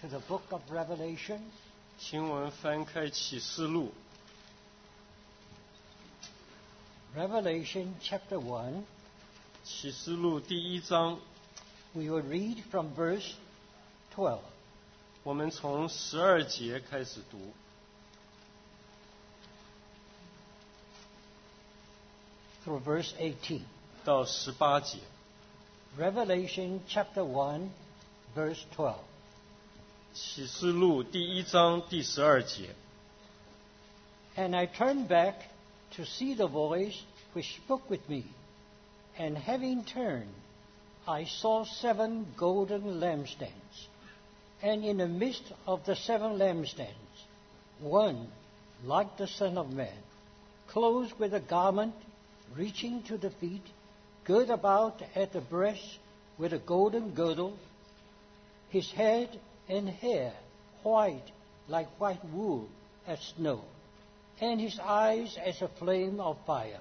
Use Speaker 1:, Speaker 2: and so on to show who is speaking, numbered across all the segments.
Speaker 1: to the book of Revelation.
Speaker 2: 请我们翻开启示录
Speaker 1: Revelation chapter 1,
Speaker 2: 启示录第一章，
Speaker 1: we will read from verse 12.
Speaker 2: 我们从十二节开始读。
Speaker 1: through verse 18.
Speaker 2: 到十八节，
Speaker 1: Revelation chapter 1, verse 12.
Speaker 2: 启示录第一章第十二节，
Speaker 1: And I turned back to see the voice which spoke with me. And having turned, I saw seven golden lampstands. And in the midst of the seven lampstands, one like the Son of Man, clothed with a garment reaching to the feet, girt about at the breast with a golden girdle, his head and hair white like white wool as snow, and his eyes as a flame of fire,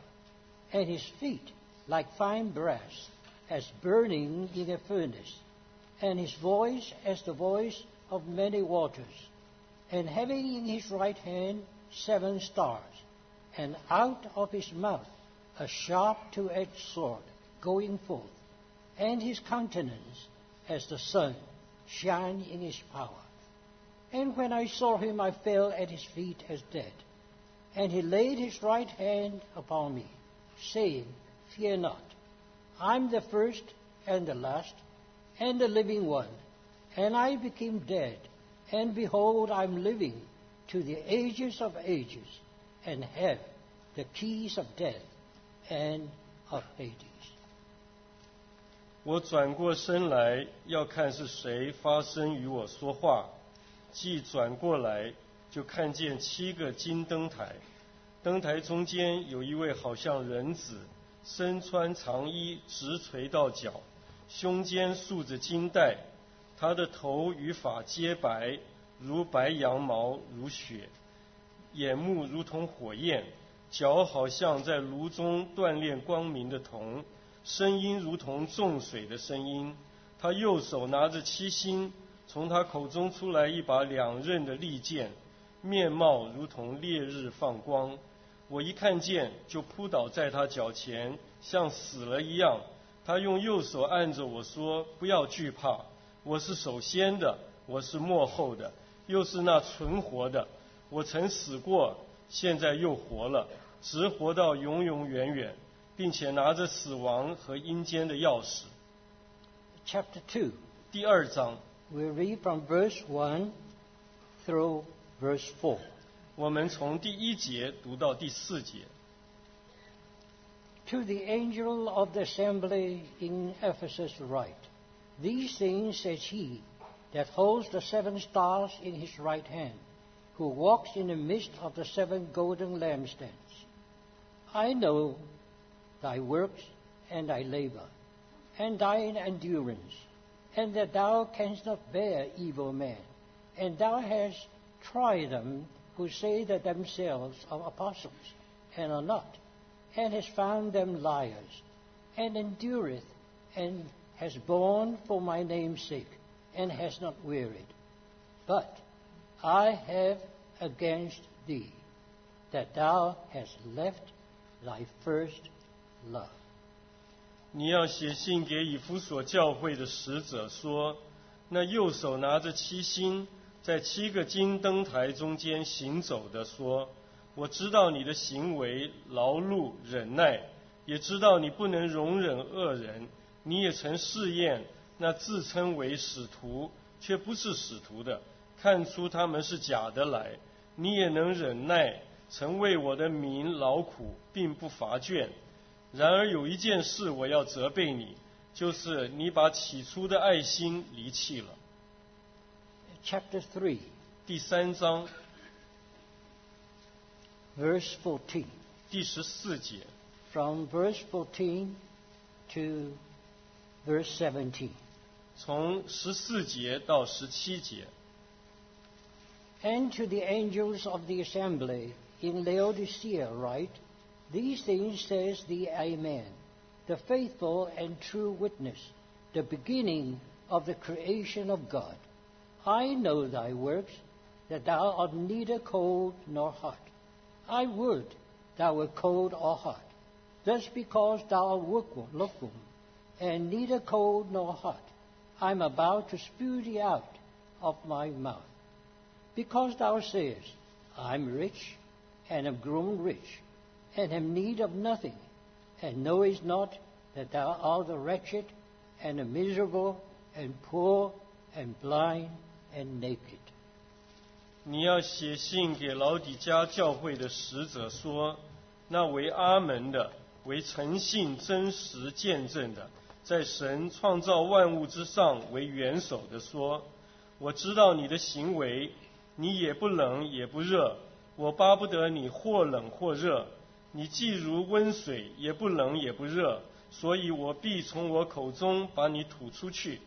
Speaker 1: and his feet like fine brass as burning in a furnace, and his voice as the voice of many waters, and having in his right hand seven stars, and out of his mouth a sharp two-edged sword going forth, and his countenance as the sun shine in his power. And when I saw him, I fell at his feet as dead. And he laid his right hand upon me, saying, Fear not, I'm the first and the last and the living one. And I became dead, and behold, I'm living to the ages of ages, and have the keys of death and of Hades.
Speaker 2: 我转过身来要看是谁发声与我说话，既转过来，就看见七个金灯台，灯台中间有一位好像人子，身穿长衣，直垂到脚，胸间束着金带，他的头与发皆白，如白羊毛，如雪。眼目如同火焰，脚好像在炉中锻炼光明的铜，声音如同重水的声音。他右手拿着七星，从他口中出来一把两刃的利剑，面貌如同烈日放光。我一看见，就扑倒在他脚前，像死了一样。他用右手按着我说：“不要惧怕，我是首先的，我是幕后的，又是那存活的。我曾死过，现在又活了，直活到永永远远，并且拿着死亡和阴间的钥匙。
Speaker 1: Chapter 2.
Speaker 2: 第二章，
Speaker 1: We read from verse 1 through verse 4.
Speaker 2: 我们从第一节读到第四节。
Speaker 1: To the angel of the assembly in Ephesus write, These things says he that holds the seven stars in his right hand, who walks in the midst of the seven golden lampstands. I know thy works and thy labor, and thine endurance, and that thou canst not bear evil men, and thou hast tried them who say that themselves are apostles, and are not, and hast found them liars, and endureth, and has borne for my name's sake, and has not wearied. But I have against thee that thou hast left thy first love.
Speaker 2: 你要写信给以弗所教会的使者说，那右手拿着七星，在七个金灯台中间行走的说，我知道你的行为劳碌忍耐，也知道你不能容忍恶人，你也曾试验那自称为使徒却不是使徒的，看出他们是假的来，你也能忍耐，曾为我的民劳苦，并不乏倦。然而有一件事我要责备你，就是你把起初的爱心离弃了。
Speaker 1: Chapter 3,
Speaker 2: 第三章
Speaker 1: verse 14.
Speaker 2: 第十四节，
Speaker 1: From verse 14 to verse 17.
Speaker 2: 从十四节到十七节，
Speaker 1: And to the angels of the assembly in Laodicea write, These things says the Amen, the faithful and true witness, the beginning of the creation of God. I know thy works, that thou art neither cold nor hot. I would thou wert cold or hot. Thus, because thou art lukewarm- lukewarm, and neither cold nor hot, I am about to spew thee out of my mouth. Because thou sayest, I'm rich, and am grown rich, and have need of nothing, and knowest not that thou art a wretched, and a miserable, and poor, and blind, and naked.
Speaker 2: 你要写信给老底家教会的使者说，那为阿门的，为诚信真实见证的，在神创造万物之上为元首的说，我知道你的行为，你也不冷也不热，我巴不得你或冷或热，你既如温水，也不冷也不热，所以我必从我口中把你吐出去。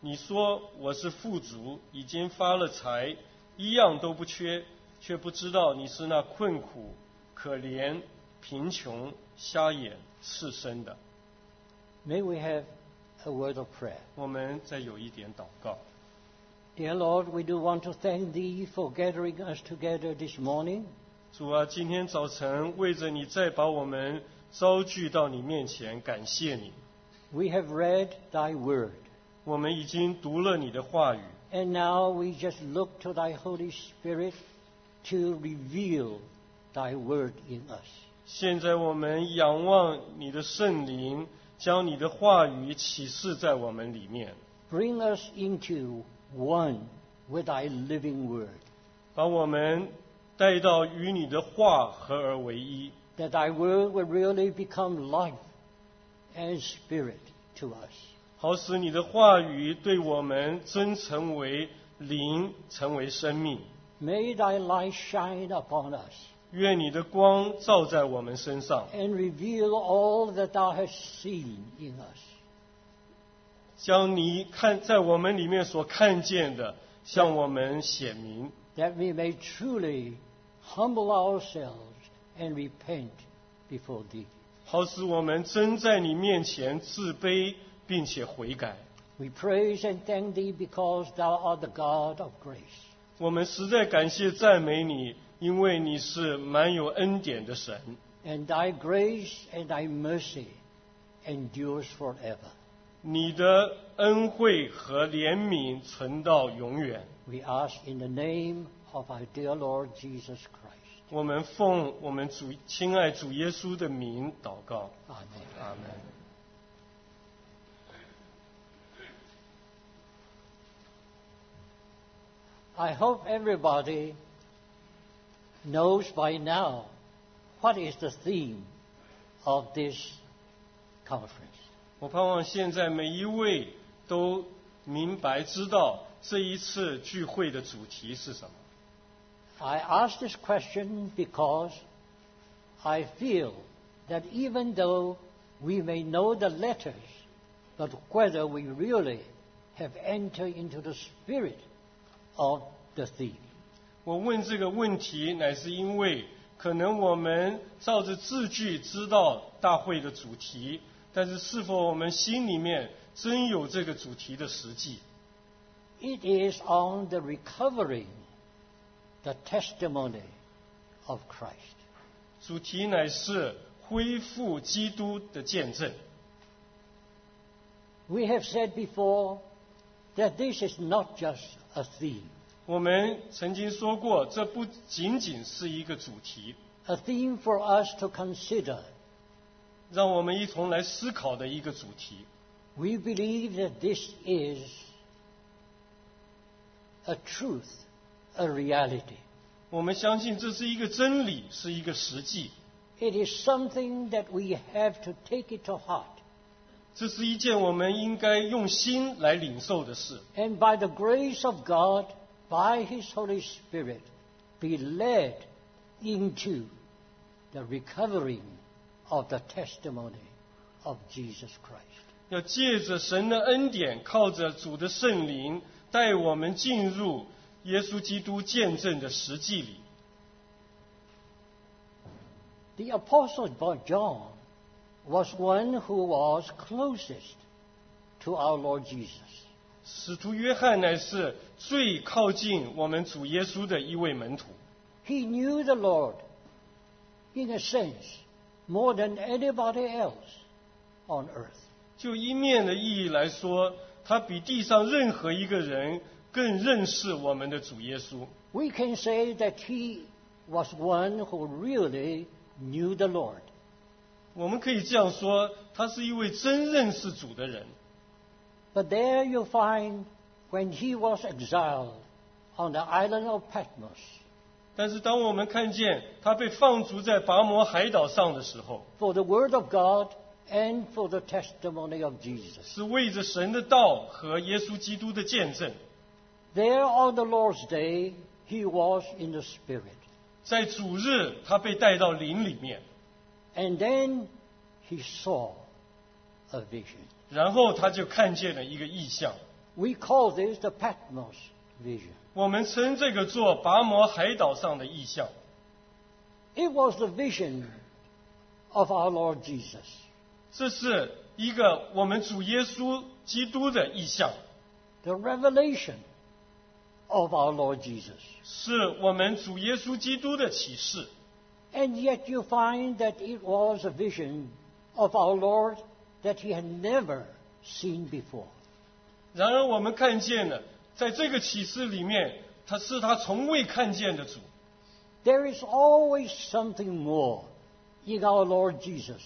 Speaker 2: 你说我是富足，已经发了财，一样都不缺，却不知道你是那困苦、可怜、贫穷、瞎眼、赤身的。
Speaker 1: May we have a word of prayer.
Speaker 2: 我们再有一点祷告，
Speaker 1: Dear Lord, we do want to thank Thee for gathering us together this morning.
Speaker 2: 主啊，今天早晨为着你再把我们招聚到你面前，感谢你。
Speaker 1: We have read Thy Word,
Speaker 2: 我们已经读了你的话语，
Speaker 1: and now we just look to Thy Holy Spirit to reveal Thy Word in us.
Speaker 2: 现在我们仰望你的圣灵，将你的话语启示在我们里面，
Speaker 1: Bring us into one with Thy living Word,
Speaker 2: 把我们带到与你的话合而为一，
Speaker 1: that Thy Word will really become life and spirit to us.
Speaker 2: 好使你的话语对我们真成为灵，成为生命。
Speaker 1: May Thy light shine upon us
Speaker 2: 愿你的光照在我们身上，
Speaker 1: and reveal all that Thou hast seen in us.
Speaker 2: 将你看在我们里面所看见的向我们显明，
Speaker 1: that we may truly humble ourselves and repent before Thee.
Speaker 2: 好使我们真在你面前自卑并且悔改。
Speaker 1: We praise and thank Thee because Thou art the God of grace.
Speaker 2: 我们实在感谢赞美你，因为你是满有恩典的神，
Speaker 1: And Thy grace and Thy mercy endures forever.
Speaker 2: 你的恩惠和怜悯存到永远。
Speaker 1: We ask in the name of our dear Lord Jesus Christ.
Speaker 2: 我们奉我们主亲爱主耶稣的名祷告，
Speaker 1: Amen.
Speaker 2: 阿门。
Speaker 1: I hope everybody knows by now what is the theme of this conference.
Speaker 2: 我盼望现在每一位都明白知道这一次聚会的主题是什么。
Speaker 1: I ask this question because I feel that even though we may know the letters, but whether we really have entered into the spirit of the theme.
Speaker 2: 我问这个问题，乃是因为可能我们照着字句知道大会的主题，但是是否我们心里面真有这个主题的实际？
Speaker 1: It is on the recovering the testimony of Christ.
Speaker 2: 主题乃是恢复基督的见证。
Speaker 1: We have said before that this is not just a theme.
Speaker 2: 我们曾经说过，这不仅仅是一个主题，
Speaker 1: A theme for us to consider.
Speaker 2: 让我们一同来思考的一个主题。
Speaker 1: We believe that this is a truth, a reality.
Speaker 2: 我们相信这是一个真理，是一个实际，
Speaker 1: It is something that we have to take it to heart.
Speaker 2: 这是一件我们应该用心来领受的事。
Speaker 1: And by the grace of God, by His Holy Spirit, be led into the recovering of the testimony of Jesus Christ.
Speaker 2: 要借着神的恩典，靠着主的圣灵，带我们进入耶稣基督见证的实际里。
Speaker 1: The Apostle Bo- John was one who was closest to our Lord Jesus.
Speaker 2: 使徒约翰乃是最靠近我们主耶稣的一位门徒，
Speaker 1: He knew the Lord, in a sense, more than anybody else on earth.
Speaker 2: 就一面的意义来说，他比地上任何一个人更认识我们的主耶稣。
Speaker 1: We can say that he was one who really knew the Lord.
Speaker 2: 我们可以这样说，他是一位真认识主的人。
Speaker 1: But there you find when he was exiled on the island of Patmos
Speaker 2: 但是当我们看见他被放逐在拔摩海岛上的时候，
Speaker 1: for the word of God and for the testimony of Jesus.
Speaker 2: 是为着神的道和耶稣基督的见证。
Speaker 1: There on the Lord's day, he was in the Spirit.
Speaker 2: 在主日，他被带到林里面，
Speaker 1: And then he saw a vision.
Speaker 2: 然后他就看见了一个异象。
Speaker 1: We call this the Patmos vision.
Speaker 2: 我们称这个做拔摩海岛上的异象，
Speaker 1: It was the vision of our Lord Jesus.
Speaker 2: 这是一个我们主耶稣基督的意象，
Speaker 1: the revelation of our Lord Jesus.
Speaker 2: 是我们主耶稣基督的启示。
Speaker 1: And yet you find that it was a vision of our Lord that he had never seen before.
Speaker 2: 然而我们看见了，在这个启示里面，他是他从未看见的主。
Speaker 1: There is always something more in our Lord Jesus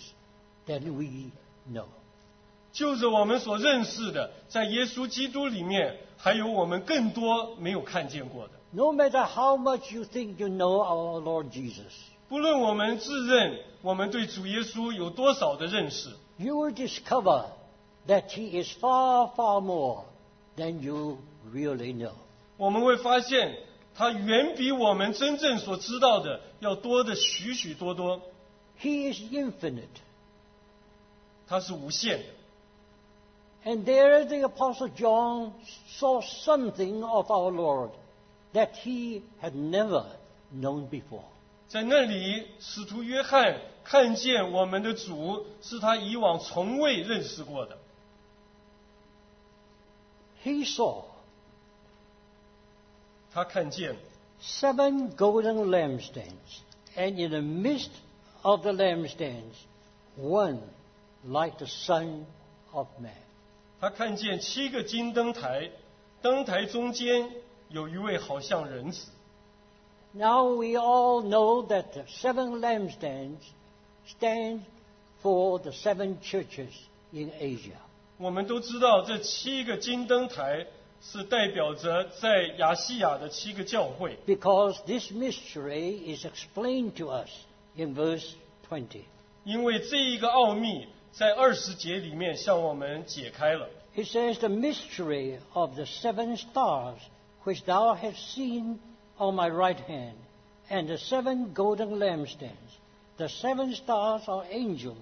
Speaker 1: than we know.
Speaker 2: 就着我们所认识的，在耶稣基督里面，还有我们更多没有看见过的。
Speaker 1: No matter how much you think you know our Lord Jesus,
Speaker 2: 不论我们自认我们对主耶稣有多少的认识，
Speaker 1: you will discover that he is far, far more than you really know.
Speaker 2: 我们会发现他远比我们真正所知道的要多的许许多多。
Speaker 1: He is infinite.
Speaker 2: 他是无限的。
Speaker 1: And there the Apostle John saw something of our Lord that he had never known before.
Speaker 2: 在那里，使徒约翰看见我们的主是他以往从未认识过的。
Speaker 1: He saw
Speaker 2: 他看见
Speaker 1: seven golden lampstands, and in the midst of the lampstands, one like the Son of Man.
Speaker 2: 他看见七个金灯台，灯台中间有一位好像人子。
Speaker 1: Now we all know that the seven lampstands stand for the seven churches in Asia.
Speaker 2: 我们都知道，这七个金灯台是代表着在亚细亚的七个教会，
Speaker 1: because this mystery is explained to us in verse 20.
Speaker 2: 因为这一个奥秘在二十节里面向我们解开了。
Speaker 1: It says, The mystery of the seven stars which thou hast seen on my right hand, and the seven golden lampstands. The seven stars are angels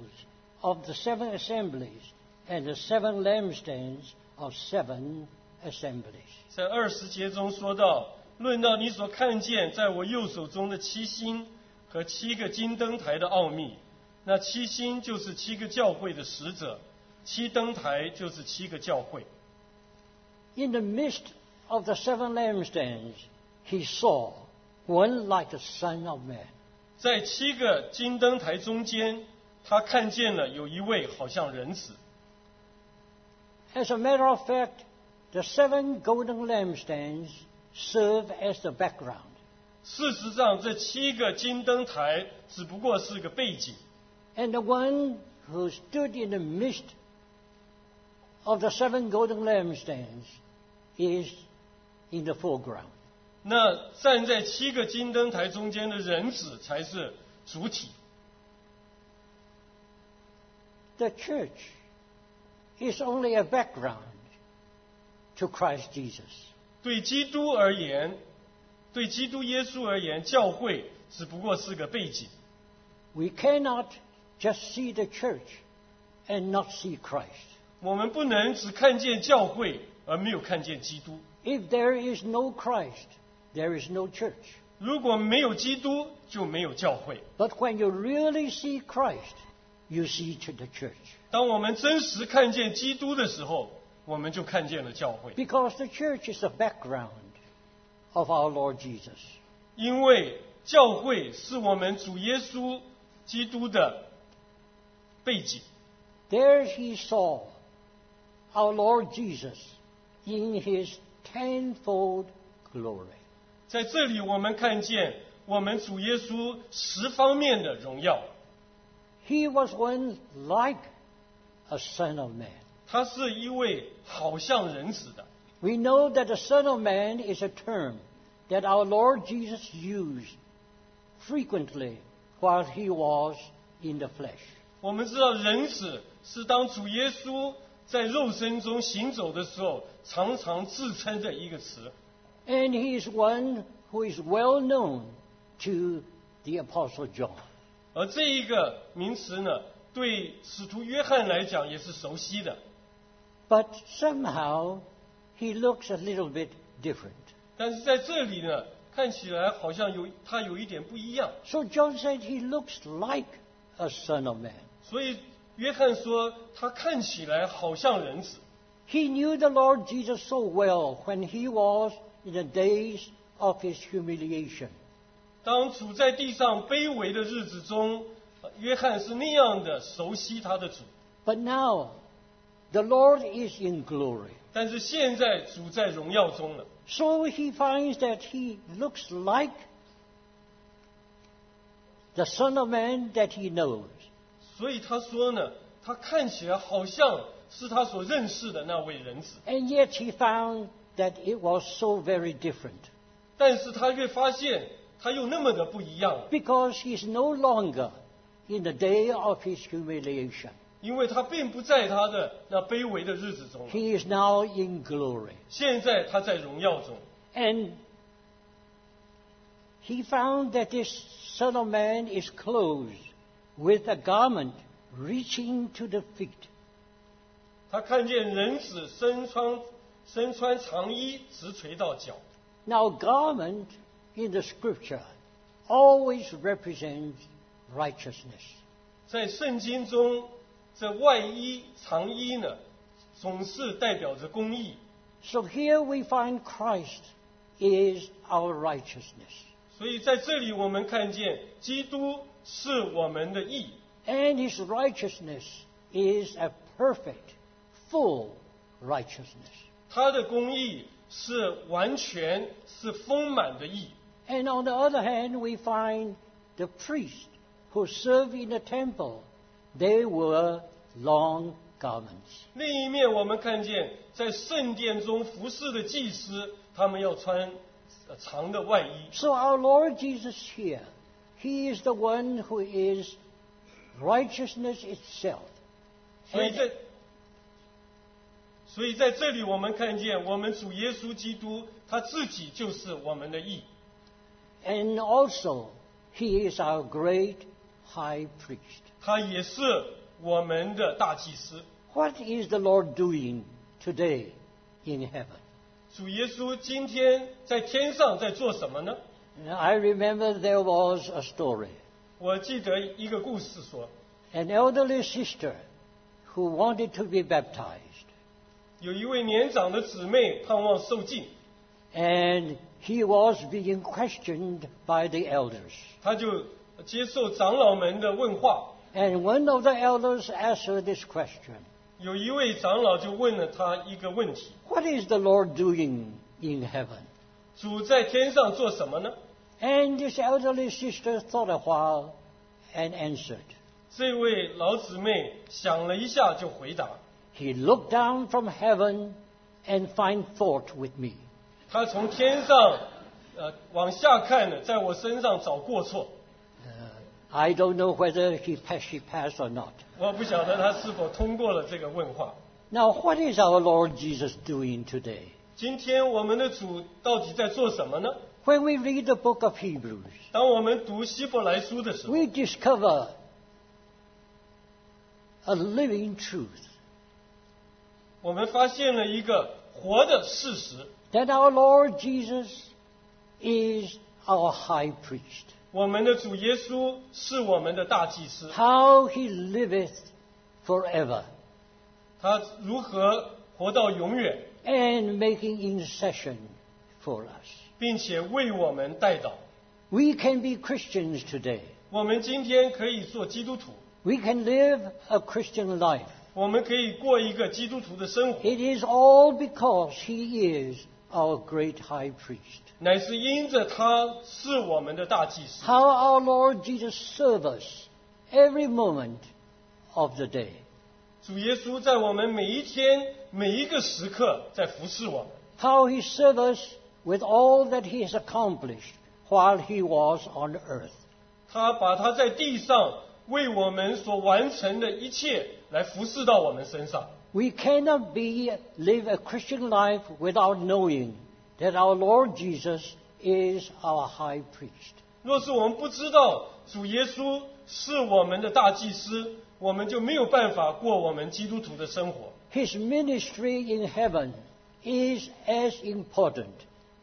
Speaker 1: of the seven assemblies, and the seven lampstands are seven assemblies.
Speaker 2: 在二十节中说到，论到你所看见在我右手中的七星和七个金灯台的奥秘，那七星就是七个教会的使者，七灯台就是七个教会。
Speaker 1: In the midst of the seven lampstands, he saw one like the Son of Man.
Speaker 2: 在七个金灯台中间，他看见了有一位好像人子。
Speaker 1: As a matter of fact, the seven golden lampstands serve as the background.
Speaker 2: 事实上，这七个金灯台只不过是个背景，
Speaker 1: And the one who stood in the midst of the seven golden lampstands is in the foreground.
Speaker 2: 那站在七个金灯台中间的人子才是主体。
Speaker 1: The church is only a background to Christ Jesus.
Speaker 2: 对基督而言，对基督耶稣而言，教会只不过是个背景。
Speaker 1: We cannot just see the church and not see Christ.
Speaker 2: 我们不能只看见教会而没有看见基督。
Speaker 1: If there is no Christ, there is no church.
Speaker 2: 如果没有基督，就没有教会。
Speaker 1: But when you really see Christ, you see to the church.
Speaker 2: 当我们真实看见基督的时候，我们就看见了教会，
Speaker 1: Because the church is the background of our Lord Jesus.
Speaker 2: 因为教会是我们主耶稣基督的背景。
Speaker 1: There he saw our Lord Jesus in his tenfold glory.
Speaker 2: 在这里，我们看见我们主耶稣十方面的荣耀，
Speaker 1: He was one like a Son of Man.
Speaker 2: 他是一位好像人子的。
Speaker 1: We know that the Son of Man is a term that our Lord Jesus used frequently while he was in the flesh.
Speaker 2: 我们知道，人子是当主耶稣在肉身中行走的时候，常常自称的一个词。
Speaker 1: And he is one who is well known to the Apostle John.
Speaker 2: 而这一个名词呢，对使徒约翰来讲也是熟悉的，
Speaker 1: But somehow he looks a little bit different.
Speaker 2: 但是在这里呢，看起来好像有他有一点不一样。
Speaker 1: So John said he looks like a Son of Man.
Speaker 2: 所以约翰说，他看起来好像人子。
Speaker 1: He knew the Lord Jesus so well when he was in the days of his humiliation.
Speaker 2: 当主在地上卑微的日子中，呃约翰是那样的熟悉他的主。
Speaker 1: But now the Lord is in glory.
Speaker 2: 但是现在主在荣耀中了，
Speaker 1: So he finds that he looks like the Son of Man that he knows.
Speaker 2: 所以他说呢，他看起来好像是他所认识的那位人子，
Speaker 1: And yet he found that it was so very different
Speaker 2: 但是他越发现他又那么的不一样了，
Speaker 1: because he's no longer in the day of his humiliation.
Speaker 2: 因为他并不在他的那卑微的日子中了，
Speaker 1: He is now in glory.
Speaker 2: 现在他在荣耀中，
Speaker 1: And he found that this Son of Man is clothed with a garment reaching to the feet.
Speaker 2: 他看见人子身穿身穿长衣直垂到脚，
Speaker 1: Now, garment in the scripture always represents righteousness.
Speaker 2: 在圣经中，这外衣长衣呢，总是代表着公义，
Speaker 1: So here we find Christ is our righteousness.
Speaker 2: 所以在这里我们看见基督是我们的义。
Speaker 1: And his righteousness is a perfect, full righteousness.
Speaker 2: 他的公义是完全是丰满的义，
Speaker 1: And on the other hand, we find the priests who served in the temple, they were long garments.
Speaker 2: 另一面我们看见在圣殿中服侍的祭司，他们要穿呃长的外衣。
Speaker 1: So our Lord Jesus here, he is the one who is righteousness itself.
Speaker 2: 所以在所以在这里我们看见我们主耶稣基督他自己就是我们的义，
Speaker 1: And also, he is our great high priest.
Speaker 2: 他也是我们的大祭司。
Speaker 1: What is the Lord doing today in heaven?
Speaker 2: 主耶稣今天在天上在做什么呢？
Speaker 1: Now, I remember there was a story.
Speaker 2: 我记得一个故事说，
Speaker 1: An elderly sister who wanted to be baptized,
Speaker 2: 有一位年长的姊妹盼望受浸，
Speaker 1: and he was being questioned by the elders.
Speaker 2: 她就接受长老们的问话。
Speaker 1: And one of the elders asked her this question
Speaker 2: 有一位长老就问了她一个问题：
Speaker 1: What is the Lord doing in heaven?
Speaker 2: 主在天上做什么呢？
Speaker 1: And this elderly sister thought a while and answered.
Speaker 2: 这位老姊妹想了一下就回答：
Speaker 1: He looked down from heaven and find thought with me.
Speaker 2: 她从天上，呃，往下看呢，在我身上找过错。
Speaker 1: Uh, I don't know whether he passed, she passed or not.
Speaker 2: 我不晓得她是否通过了这个问话。
Speaker 1: Now, what is our Lord Jesus doing today?
Speaker 2: 今天我们的主到底在做什么呢？
Speaker 1: When we read the book of Hebrews,
Speaker 2: 当我们读希伯来书的时候，
Speaker 1: we discover a living truth
Speaker 2: 我们发现了一个活的事实：
Speaker 1: that our Lord Jesus is our high priest.
Speaker 2: 我们的主耶稣是我们的大祭司，
Speaker 1: How he liveth forever.
Speaker 2: 他如何活到永远，
Speaker 1: and making intercession for us.
Speaker 2: 并且为我们代祷。
Speaker 1: We can be Christians today.
Speaker 2: 我们今天可以做基督徒，
Speaker 1: We can live a Christian life.
Speaker 2: 我们可以过一个基督徒的生活，
Speaker 1: It is all because He is our great high priest.
Speaker 2: 乃是因着他是我们的大祭司。
Speaker 1: How our Lord Jesus serves us every moment of the day.
Speaker 2: 主耶稣在我们每一天每一个时刻在服侍我们，
Speaker 1: How He serves us with all that He has accomplished while He was on earth.
Speaker 2: 他把他在地上为我们所完成的一切来服侍到我们身上。
Speaker 1: We cannot be live a Christian life without knowing that our Lord Jesus is our high priest.
Speaker 2: 若是我们不知道主耶稣是我们的大祭司，我们就没有办法过我们基督徒的生活。
Speaker 1: His ministry in heaven is as important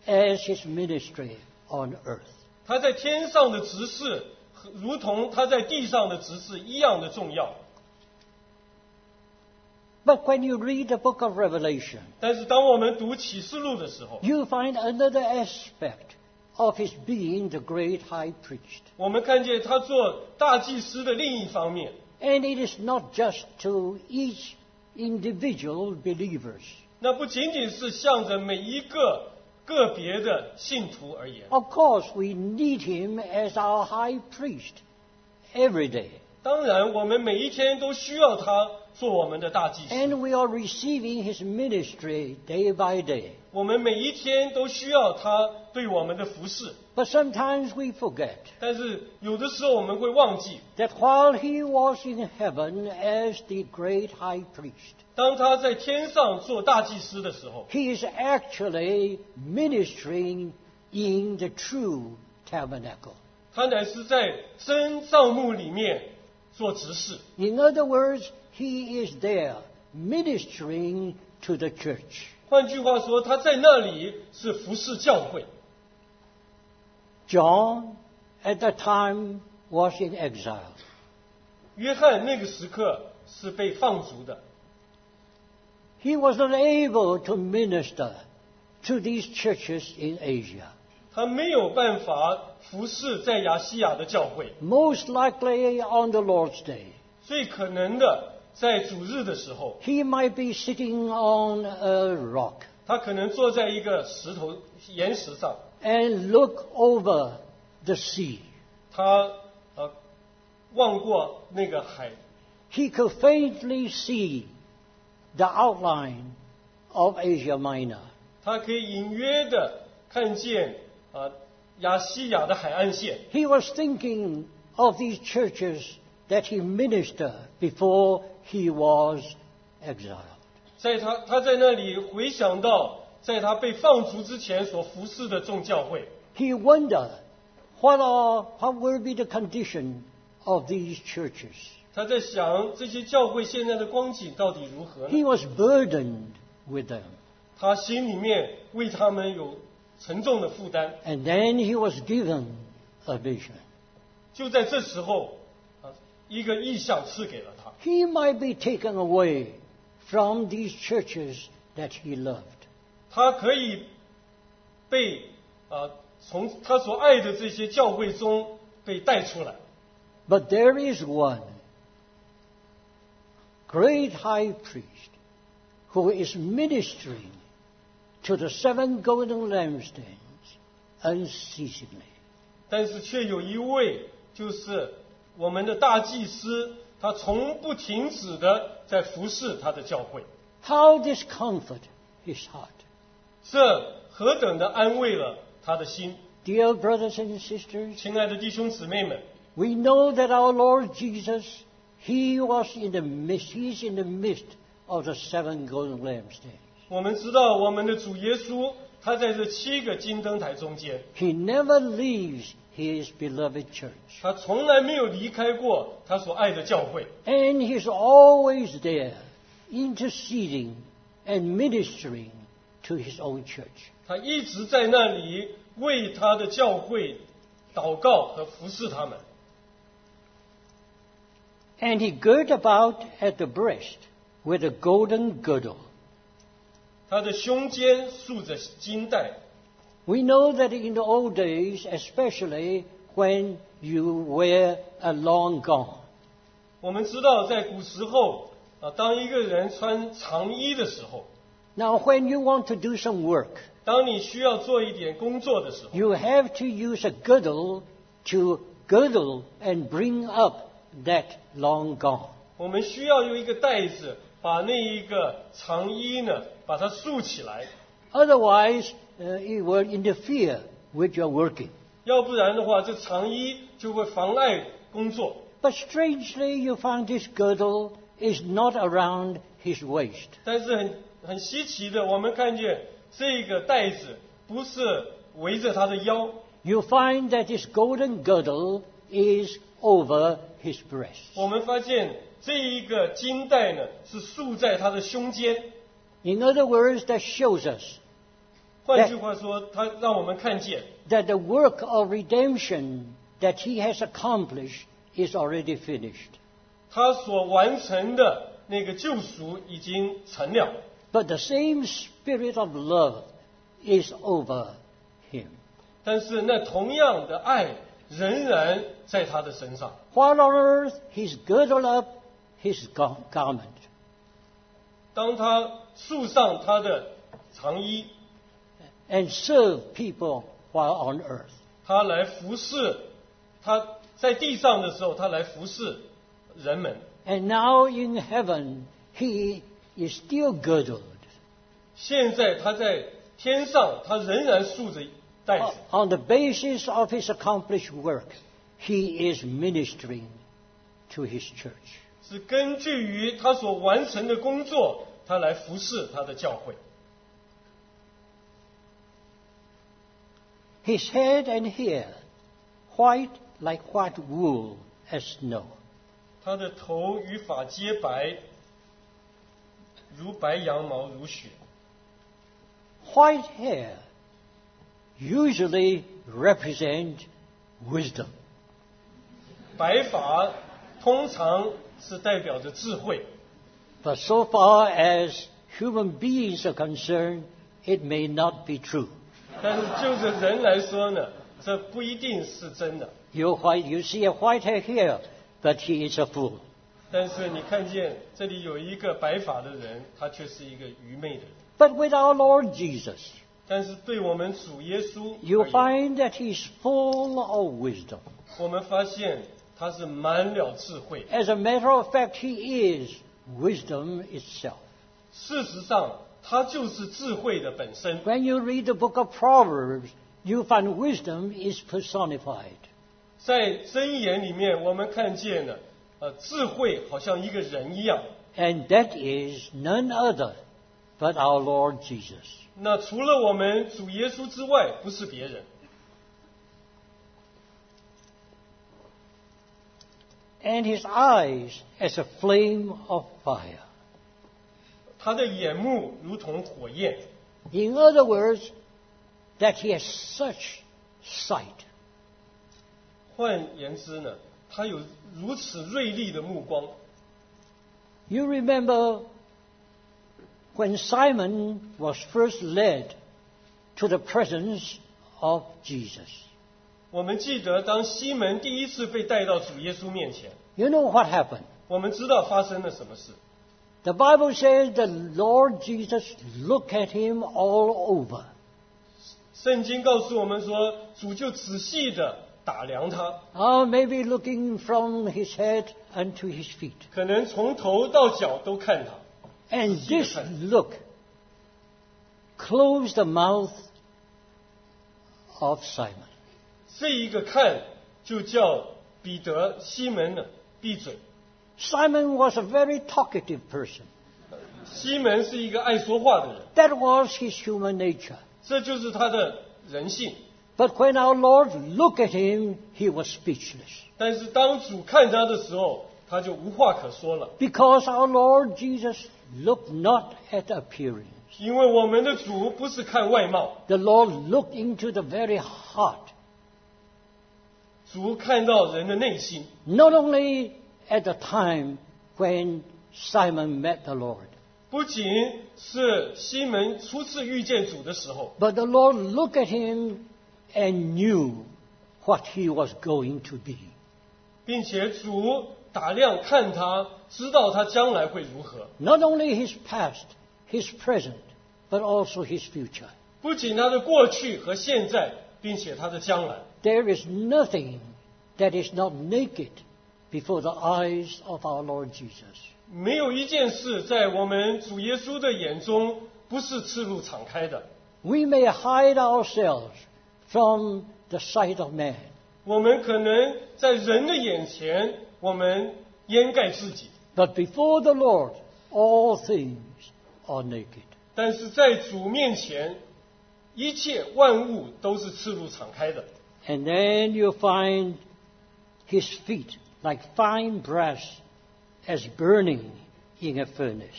Speaker 1: as his ministry on earth.
Speaker 2: 他在天上的职事，和如同他在地上的职事一样的重要。
Speaker 1: But when you read the book of Revelation,
Speaker 2: 但是当我们读启示录的时候，
Speaker 1: you find another aspect of his being the great high priest.
Speaker 2: 我们看见他做大祭司的另一方面，
Speaker 1: And it is not just to each individual believers.
Speaker 2: 那不仅仅是向着每一个个别的信徒而言。
Speaker 1: Of course, we need him as our high priest every day.
Speaker 2: 当然，我们每一天都需要他做我们的大祭司，
Speaker 1: And we are receiving his ministry day by day.
Speaker 2: 我们每一天都需要他对我们的服侍。
Speaker 1: But sometimes we forget
Speaker 2: 但是有的时候我们会忘记，
Speaker 1: that while he was in heaven as the great high priest,
Speaker 2: 当他在天上做大祭司的时候，
Speaker 1: he is actually ministering in the true tabernacle.
Speaker 2: 他乃是在真帐幕里面做执事。
Speaker 1: In other words, he is there ministering to the church.
Speaker 2: 换句话说，他在那里是服侍教会。
Speaker 1: John at that time was in exile.
Speaker 2: 约翰那个时刻是被放逐的，
Speaker 1: He was not able to minister to these churches in Asia.
Speaker 2: 他没有办法服侍在亚细亚的教会。
Speaker 1: Most likely on the Lord's Day.
Speaker 2: 最可能的，在主日的时候，
Speaker 1: He might be sitting on a rock
Speaker 2: 他可能坐在一个石头岩石上，
Speaker 1: and look over the sea.
Speaker 2: 他呃望过那个海，
Speaker 1: He could faintly see the outline of Asia Minor.
Speaker 2: 他可以隐约的看见啊、呃亚细亚的海岸线。
Speaker 1: He was thinking of these churches that he ministered before he was exiled.
Speaker 2: 在他他在那里回想到，在他被放逐之前所服侍的众教会，
Speaker 1: He wondered what, are, what will be the condition of these churches.
Speaker 2: 他在想这些教会现在的光景到底如何呢？
Speaker 1: He was burdened with them.
Speaker 2: 他心里面为他们有沉重的负担。
Speaker 1: And then he was given a vision.
Speaker 2: 就在这时候，啊，一个意象赐给了他，
Speaker 1: He might be taken away from these churches that he loved.
Speaker 2: 他可以被啊从他所爱的这些教会中被带出来。
Speaker 1: But there is one great high priest who is ministering to the seven golden lampstands unceasingly.
Speaker 2: 但是却有一位，就是我们的大祭司，他从不停止的在服侍他的教会，
Speaker 1: How this comfort his heart.
Speaker 2: 这何等的安慰了他的心。
Speaker 1: Dear brothers and sisters,
Speaker 2: 亲爱的弟兄姊妹们，
Speaker 1: we know that our Lord Jesus, he was in the midst, he's in the midst of the seven golden lampstands.
Speaker 2: 我们知道我们的主耶稣，他在这七个金灯台中间，
Speaker 1: He never leaves his beloved church.
Speaker 2: 他从来没有离开过他所爱的教会，
Speaker 1: And he's always there, interceding and ministering to his own church.
Speaker 2: 他一直在那里为他的教会祷告和服侍他们。
Speaker 1: And he girt about at the breast with a golden girdle,
Speaker 2: 他的胸间束着金带。
Speaker 1: We know that in the old days, especially when you were a long gown,
Speaker 2: 我们知道，在古时候啊，当一个人穿长衣的时候，
Speaker 1: now when you want to do some work,
Speaker 2: 当你需要做一点工作的时候，
Speaker 1: you have to use a girdle to girdle and bring up that long gown.
Speaker 2: 我们需要用一个带子把那一个长衣呢，把它束起来，
Speaker 1: Otherwise, uh, it will interfere with your working.
Speaker 2: 要不然的话，这长衣就会妨碍工作。
Speaker 1: But strangely, you find this girdle is not around his waist.
Speaker 2: 但是很很稀奇的，我们看见这个带子不是围着他的腰，
Speaker 1: You find that this golden girdle is over his breast.
Speaker 2: 我们发现这一个金带呢是束在他的胸间。
Speaker 1: In other words, that shows us
Speaker 2: 换句话说，他让我们看见
Speaker 1: that the work of redemption that he has accomplished is already finished.
Speaker 2: 他所完成的那个救赎已经成了，
Speaker 1: But the same spirit of love is over him.
Speaker 2: 但是那同样的爱仍然在他的身上。
Speaker 1: While on earth, he's girdled up his gar- garment.
Speaker 2: 当他束上他的长衣，
Speaker 1: and serve people while on earth.
Speaker 2: 他来服侍他在地上的时候，他来服侍人们。
Speaker 1: And now in heaven, he is still girdled
Speaker 2: 现在他在天上，他仍然束着带子
Speaker 1: O-，on the basis of his accomplished work. He is ministering to his church.
Speaker 2: 是根据于他所完成的工作，他来服侍他的教会。
Speaker 1: His head and hair, white like white wool as snow.
Speaker 2: 他的头与发皆白，如白羊毛，如雪。
Speaker 1: White hair usually represent wisdom.
Speaker 2: 白发通常是代表着智慧，
Speaker 1: But so far as human beings are concerned, it may not be true.
Speaker 2: 但是就着人来说呢，这不一定是真的。
Speaker 1: You, white, you see a white hair here, but he is a fool.
Speaker 2: 但是你看见这里有一个白发的人，他却是一个愚昧的人。
Speaker 1: But with our Lord Jesus,
Speaker 2: 但是对我们主耶稣
Speaker 1: you
Speaker 2: 而言
Speaker 1: find that he is full of wisdom.
Speaker 2: 我们发现他是满了智慧。
Speaker 1: As a matter of fact, he is wisdom itself.
Speaker 2: 事实上，他就是智慧的本身。
Speaker 1: When you read the book of Proverbs, you find wisdom is personified.
Speaker 2: 在箴言里面，我们看见了，呃，智慧好像一个人一样。
Speaker 1: And that is none other but our Lord Jesus.
Speaker 2: 那除了我们主耶稣之外，不是别人。
Speaker 1: And his eyes as a flame of fire.
Speaker 2: 他的眼目如同火焰，
Speaker 1: In other words, that he has such sight.
Speaker 2: 换言之呢，他有如此锐利的目光。
Speaker 1: You remember when Simon was first led to the presence of Jesus.
Speaker 2: 我们记得，当西门第一次被带到主耶稣面前，
Speaker 1: You know what happened?
Speaker 2: 我们知道发生了什么事。
Speaker 1: The Bible says the Lord Jesus looked at him all over.
Speaker 2: 圣经告诉我们说，主就仔细的打量他，
Speaker 1: Oh, maybe looking from his head unto his feet.
Speaker 2: 可能从头到脚都看他。
Speaker 1: And
Speaker 2: Yes,
Speaker 1: this
Speaker 2: sir.
Speaker 1: look closed the mouth of Simon.
Speaker 2: 这一个看就叫彼得、西门呢闭嘴。
Speaker 1: Simon was a very talkative person.
Speaker 2: 西门是一个爱说话的人，
Speaker 1: That was his human nature.
Speaker 2: 这就是他的人性。
Speaker 1: But when our Lord looked at him, he was speechless.
Speaker 2: 但是当主看他的时候，他就无话可说了，
Speaker 1: Because our Lord Jesus looked not at appearance.
Speaker 2: 因为我们的主不是看外貌，
Speaker 1: The Lord looked into the very heart,
Speaker 2: 主看到人的内心。
Speaker 1: not only at the time when Simon met the Lord,
Speaker 2: 不仅是西门初次遇见主的时候，
Speaker 1: But the Lord looked at him and knew what he was going to be.
Speaker 2: 并且主打量看他，知道他将来会如何。
Speaker 1: Not only his past, his present, but also his future.
Speaker 2: 不仅他的过去和现在，并且他的将来，
Speaker 1: There is nothing that is not naked before the eyes of our Lord Jesus.
Speaker 2: 没有一件事在我们主耶稣的眼中不是赤露敞开的。
Speaker 1: We may hide ourselves from the sight of man,
Speaker 2: 我们可能在人的眼前，我们掩盖自己，
Speaker 1: but before the Lord, all things are naked.
Speaker 2: 但是在主面前，一切万物都是赤露敞开的。
Speaker 1: And then you find his feet like fine brass as burning in a furnace.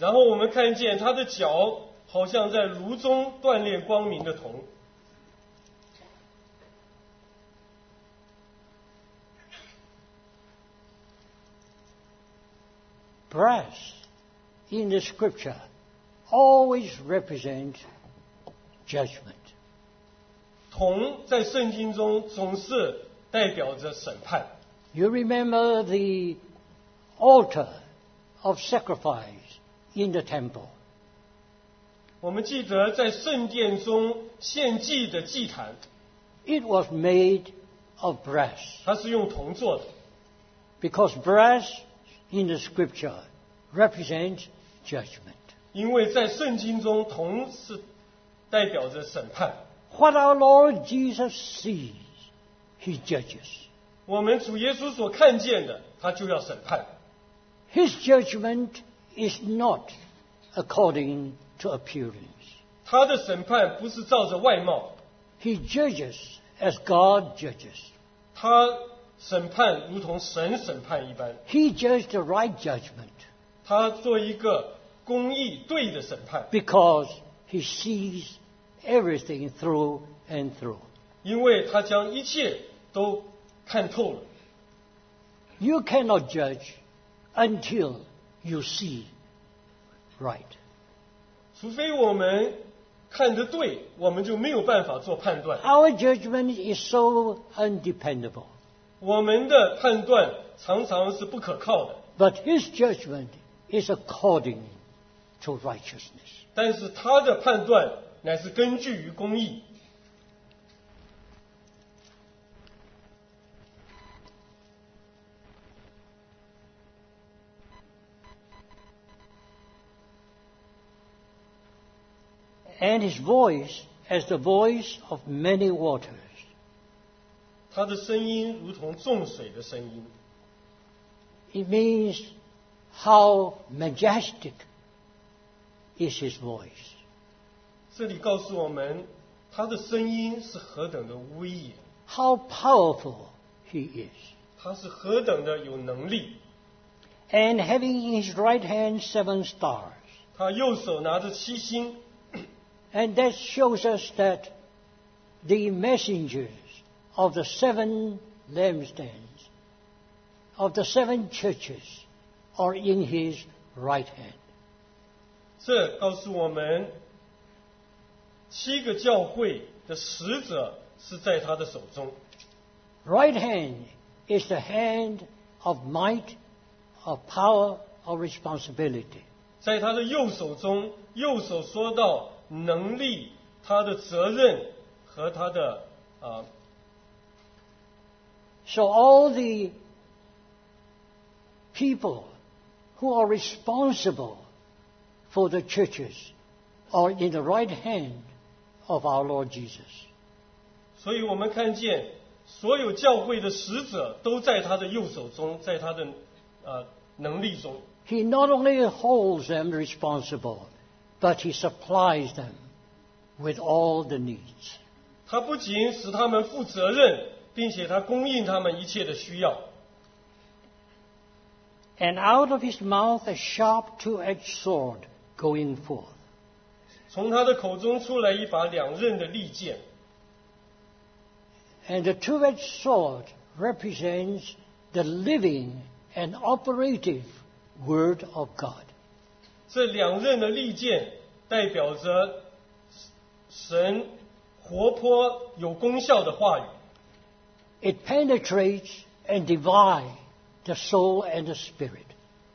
Speaker 2: 然后我们看见他的脚好像在炉中锻炼光明的铜。
Speaker 1: Brass in the scripture always represents judgment.
Speaker 2: 铜在圣经中总是代表着审判。
Speaker 1: You remember the altar of sacrifice in the temple.
Speaker 2: 我们记得在圣殿中献祭的祭坛，
Speaker 1: It was made of brass
Speaker 2: 它是用铜做的，
Speaker 1: because brass in the scripture represents judgment.
Speaker 2: 因为在圣经中铜是代表着审判。
Speaker 1: What our Lord Jesus sees, he judges.
Speaker 2: 我们主耶稣所看见的，他就要审判。
Speaker 1: His judgment is not according to appearance.
Speaker 2: 他的审判不是照着外貌，
Speaker 1: He judges as God judges.
Speaker 2: 他审判如同神审判一般。
Speaker 1: He judged the right judgment
Speaker 2: 他做一个公义对的审判，
Speaker 1: because he sees everything through and through.
Speaker 2: 因为他将一切都看透了。
Speaker 1: You cannot judge until you see right.
Speaker 2: 除非我们看得对，我们就没有办法做判断。
Speaker 1: Our judgment is so undependable,
Speaker 2: 我们的判断常常是不可靠的，
Speaker 1: but his judgment is according to righteousness.
Speaker 2: 但是他的判断乃是根据于公义。
Speaker 1: and his voice as the voice of many waters.
Speaker 2: 他的声音如同重水的声音，
Speaker 1: It means how majestic is his voice.
Speaker 2: 这里告诉我们，他的声音是何等的威严，
Speaker 1: How powerful he is.
Speaker 2: 他是何等的有能力。
Speaker 1: And having in his right hand seven stars.
Speaker 2: 他右手拿着七星，
Speaker 1: And that shows us that the messengers of the seven lampstands, of the seven churches, are in his right hand.
Speaker 2: 这告诉我们，七个教会的使者是在他的手中。
Speaker 1: Right hand is the hand of might, of power, of responsibility.
Speaker 2: 在他的右手中，右手说到能力、他的责任和他的啊、
Speaker 1: So all the people who are responsible for the churches are in the right hand of our Lord Jesus.
Speaker 2: 所以我们看见所有教会的使者都在他的右手中，在他的啊能力中，
Speaker 1: He not only holds them responsible, but he supplies them with all the needs.
Speaker 2: 他不仅使他们负责任，并且他供应他们一切的需要。
Speaker 1: And out of his mouth a sharp two-edged sword going forth.
Speaker 2: 从他的口中出来一把两刃的利剑，
Speaker 1: And the two edged sword represents the living and operative Word of God.
Speaker 2: 这两刃的利剑代表着神活泼有功效的话语，
Speaker 1: It penetrates and divides the soul and the spirit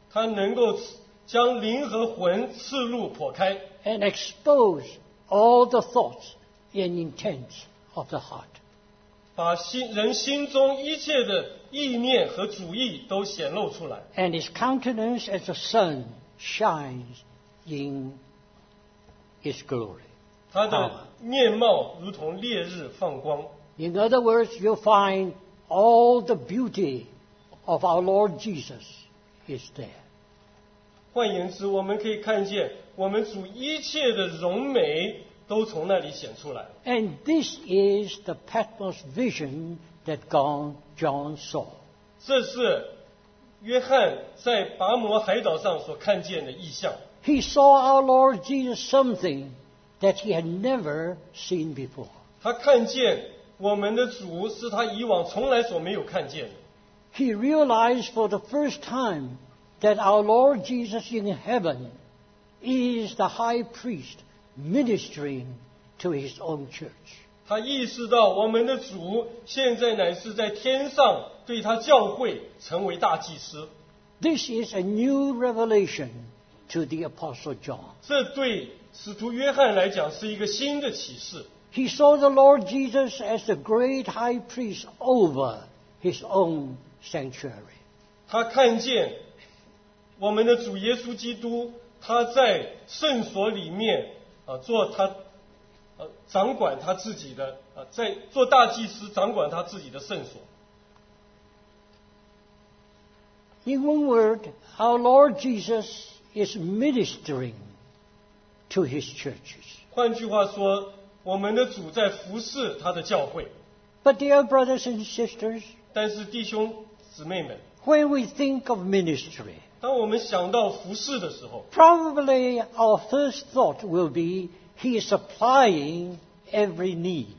Speaker 2: 它能够刺将灵和魂刺入破开，
Speaker 1: and expose all the thoughts and intents of the heart.
Speaker 2: 把心人心中一切的意念和主意都显露出来。
Speaker 1: And his countenance as the sun shines in its glory.
Speaker 2: 他的
Speaker 1: 啊
Speaker 2: 面貌如同烈日放光。
Speaker 1: In other words, you'll find all the beauty of our Lord Jesus is there.
Speaker 2: 换言之，我们可以看见，我们主一切的荣美都从那里显出来。
Speaker 1: And this is the Patmos vision that Gon- John saw.
Speaker 2: 这是约翰在拔摩海岛上所看见的异象。
Speaker 1: He saw our Lord Jesus something that he had never seen before.
Speaker 2: 他看见我们的主是他以往从来所没有看见的。
Speaker 1: He realized for the first time that our Lord Jesus in heaven is the high priest ministering to his own church.
Speaker 2: 他意识到我们的主现在乃是在天上对他教会成为大祭司，
Speaker 1: This is a new revelation to the Apostle John.
Speaker 2: 这对使徒约翰来讲是一个新的启示。
Speaker 1: He saw the Lord Jesus as the great high priest over his own sanctuary.
Speaker 2: 他看见我们的主耶稣基督，他在圣所里面啊，做他呃掌管他自己的啊，在做大祭司，掌管他自己的圣所。
Speaker 1: In one word, our Lord Jesus is ministering to his churches.
Speaker 2: 换句话说，我们的主在服侍他的教会。
Speaker 1: But dear brothers and sisters,
Speaker 2: 但是弟兄姊妹们，
Speaker 1: when we think of ministry,
Speaker 2: 当我们想到服侍的时候，
Speaker 1: probably our first thought will be, he is supplying every need.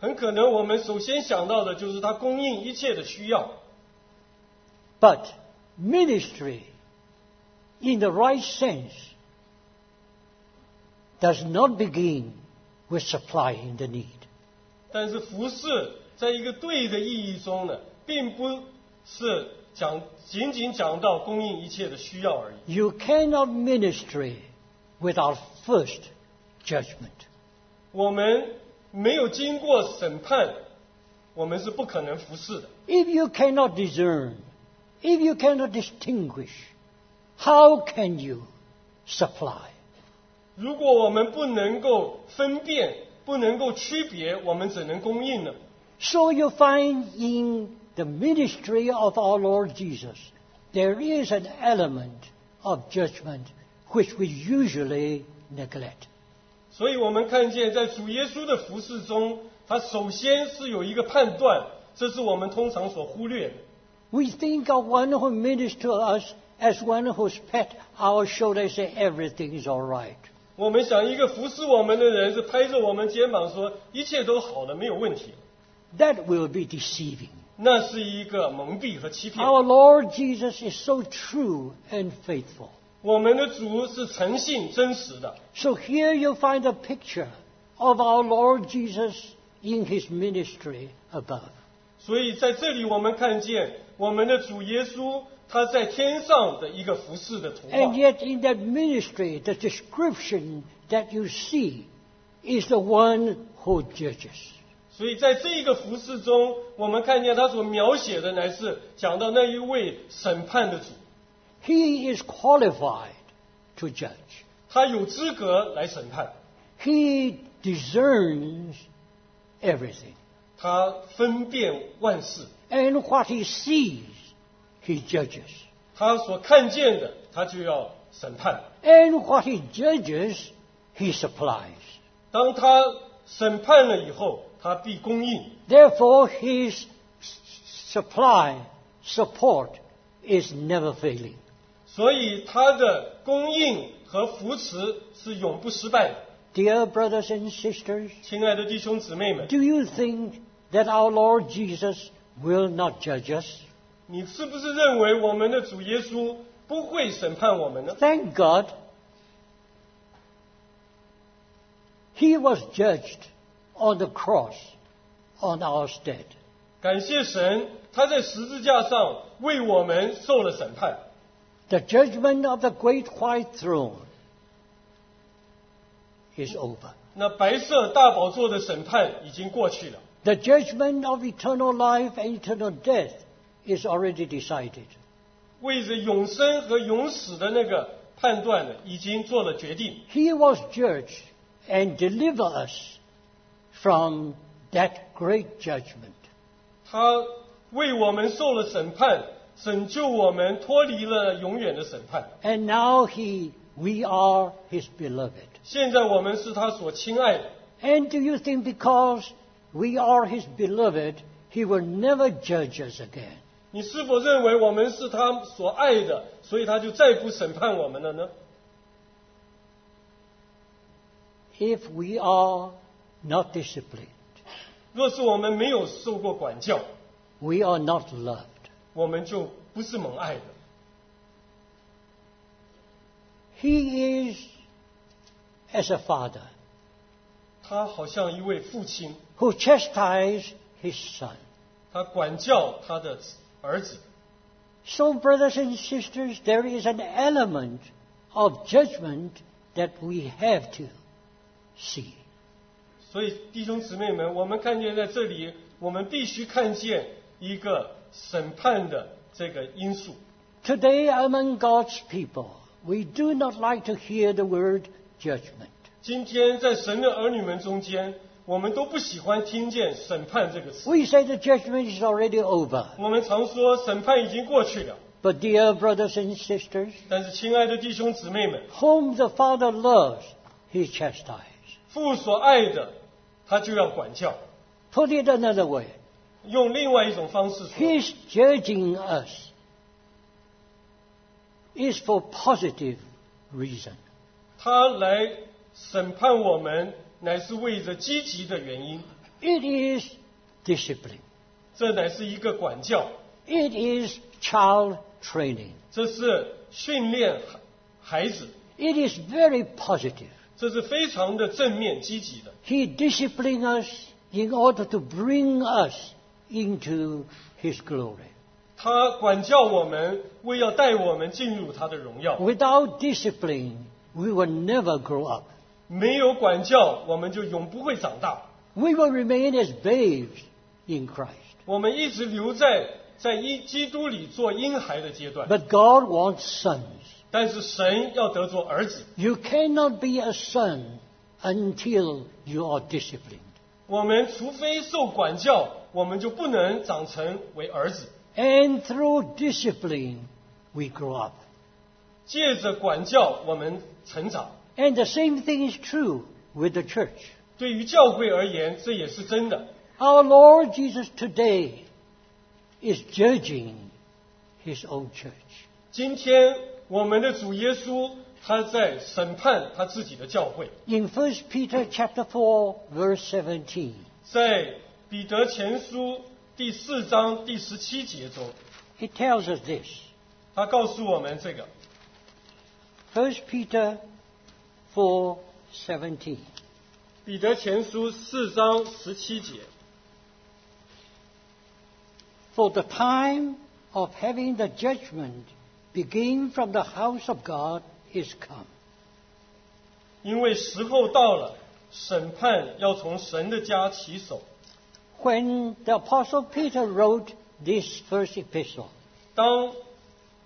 Speaker 2: 很可能我们首先想到的就是他供应一切的需要。
Speaker 1: But ministry, in the right sense, does not begin with supplying the need.
Speaker 2: 但是服饰在一个对的意义中呢，并不是讲仅仅讲到供应一切的需要而已。
Speaker 1: You cannot ministry without first judgment.
Speaker 2: 我们没有经过审判，我们是不可能服侍的。
Speaker 1: If you cannot discern, if you cannot distinguish, how can you supply?
Speaker 2: 如果我们不能够分辨，不能够区别，我们只能供应了。
Speaker 1: So you find in the ministry of our Lord Jesus, there is an element of judgment which we usually neglect.
Speaker 2: 所以我们看见，在主耶稣的服侍中，他首先是有一个判断，这是我们通常所忽略的。
Speaker 1: We think of one who ministers to us as one who's pat our shoulder and say everything is all right.
Speaker 2: 我们想，一个服侍我们的人是拍着我们肩膀说：“一切都好的，没有问题。
Speaker 1: That will be deceiving. ”
Speaker 2: 那是一个蒙蔽和欺骗。
Speaker 1: Our Lord Jesus is so true and faithful.
Speaker 2: 我们的主是诚信真实的，
Speaker 1: So here you find a picture of our Lord Jesus in his ministry above.
Speaker 2: 所以在这里我们看见我们的主耶稣他在天上的一个服侍的图
Speaker 1: And
Speaker 2: 画。
Speaker 1: yet, in that ministry, the description that you see is the one who judges.
Speaker 2: 所以在这一个服侍中，我们看见他所描写的乃是讲到那一位审判的主，
Speaker 1: He is qualified to judge.
Speaker 2: 他有资格来审判，
Speaker 1: He discerns everything.
Speaker 2: 他分辨万事，
Speaker 1: And what he sees, he judges.
Speaker 2: 他所看见的他就要审判。
Speaker 1: And what he judges, he supplies.
Speaker 2: 当他审判了以后，他必供应。
Speaker 1: Therefore, his s- supply, support is never failing.
Speaker 2: 所以他的供应和扶持是永不失败的。
Speaker 1: Dear brothers and sisters,
Speaker 2: 亲爱的弟兄姊妹们，
Speaker 1: Do you think that our Lord Jesus will not judge us?
Speaker 2: 你是不是认为我们的主耶稣不会审判我们呢？
Speaker 1: Thank God, He was judged on the cross on our stead.
Speaker 2: 感谢神，他在十字架上为我们受了审判。
Speaker 1: The judgment of the great white throne is over.
Speaker 2: 那白色大宝座的审判已经过去了，
Speaker 1: The judgment of eternal life and eternal death is already decided.
Speaker 2: 为着永生和永死的那个判断呢，已经做了决定。
Speaker 1: He was judged and delivered us from that great judgment.
Speaker 2: 他为我们受了审判，拯救我们脱离了永远的审判。
Speaker 1: And now he, we are his beloved.
Speaker 2: 现在我们是他所亲爱的，
Speaker 1: And do you think because we are his beloved, he will never judge us again?
Speaker 2: 你是否认为我们是他所爱的，所以他就再不审判我们了呢？
Speaker 1: If we are not disciplined,
Speaker 2: 若是我们没有受过管教，
Speaker 1: we are not loved.
Speaker 2: 我们就不是蒙爱的。
Speaker 1: He is as a father
Speaker 2: 他好像一位父亲，
Speaker 1: who chastises his son.
Speaker 2: 他管教他的儿子。
Speaker 1: So, brothers and sisters, there is an element of judgment that we have to see.
Speaker 2: 所以弟兄姊妹们，我们看见在这里，我们必须看见一个审判的这个因素。
Speaker 1: Today, among God's people, we do not like to hear the word judgment.
Speaker 2: 今天在神的儿女们中间，我们都不喜欢听见“审判”这个词。
Speaker 1: We say the judgment is already over.
Speaker 2: 我们常说审判已经过去了，
Speaker 1: But, dear brothers and sisters,
Speaker 2: 但是亲爱的弟兄姊妹们，
Speaker 1: whom the Father loves, he chastises.
Speaker 2: 父所爱的，他就要管教。
Speaker 1: Put it another way,
Speaker 2: 用另外一种方式说，
Speaker 1: his judging us is for positive reason.
Speaker 2: 他来审判我们，乃是为着积极的原因，
Speaker 1: It is discipline.
Speaker 2: 这乃是一个管教，
Speaker 1: It is child training.
Speaker 2: 这是训练孩孩子，
Speaker 1: It is very positive.
Speaker 2: 这是非常的正面积极的。
Speaker 1: He disciplines us in order to bring us into His glory.
Speaker 2: 他管教我们，为要带我们进入他的荣耀。
Speaker 1: Without discipline, we will never grow up.
Speaker 2: 没有管教，我们就永不会长大。
Speaker 1: We will remain as babes in Christ.
Speaker 2: 我们一直留在在一基督里做婴孩的阶段，
Speaker 1: But God wants sons.
Speaker 2: 但是神要得做儿子。
Speaker 1: You cannot be a son until you are disciplined.
Speaker 2: 我们除非受管教，我们就不能长成为儿子。
Speaker 1: And through discipline, we grow up.
Speaker 2: 借着管教，我们成长。
Speaker 1: And the same thing is true with the church.
Speaker 2: 对于教会而言，这也是真的。
Speaker 1: Our Lord Jesus today is judging his own church.
Speaker 2: 今天我们的主耶稣他在审判他自己的教会，
Speaker 1: In 1 Peter chapter 4 verse 17,
Speaker 2: 在彼得前书第四章第十七节中，
Speaker 1: it tells us this.
Speaker 2: 他告诉我们这个。
Speaker 1: 1 Peter 4 17.
Speaker 2: 彼得前书四章十七节，
Speaker 1: For the time of having the judgment begin from the house of God is come.
Speaker 2: 因为时候到了，审判要从神的家起手。
Speaker 1: When the apostle Peter wrote this first epistle,
Speaker 2: 当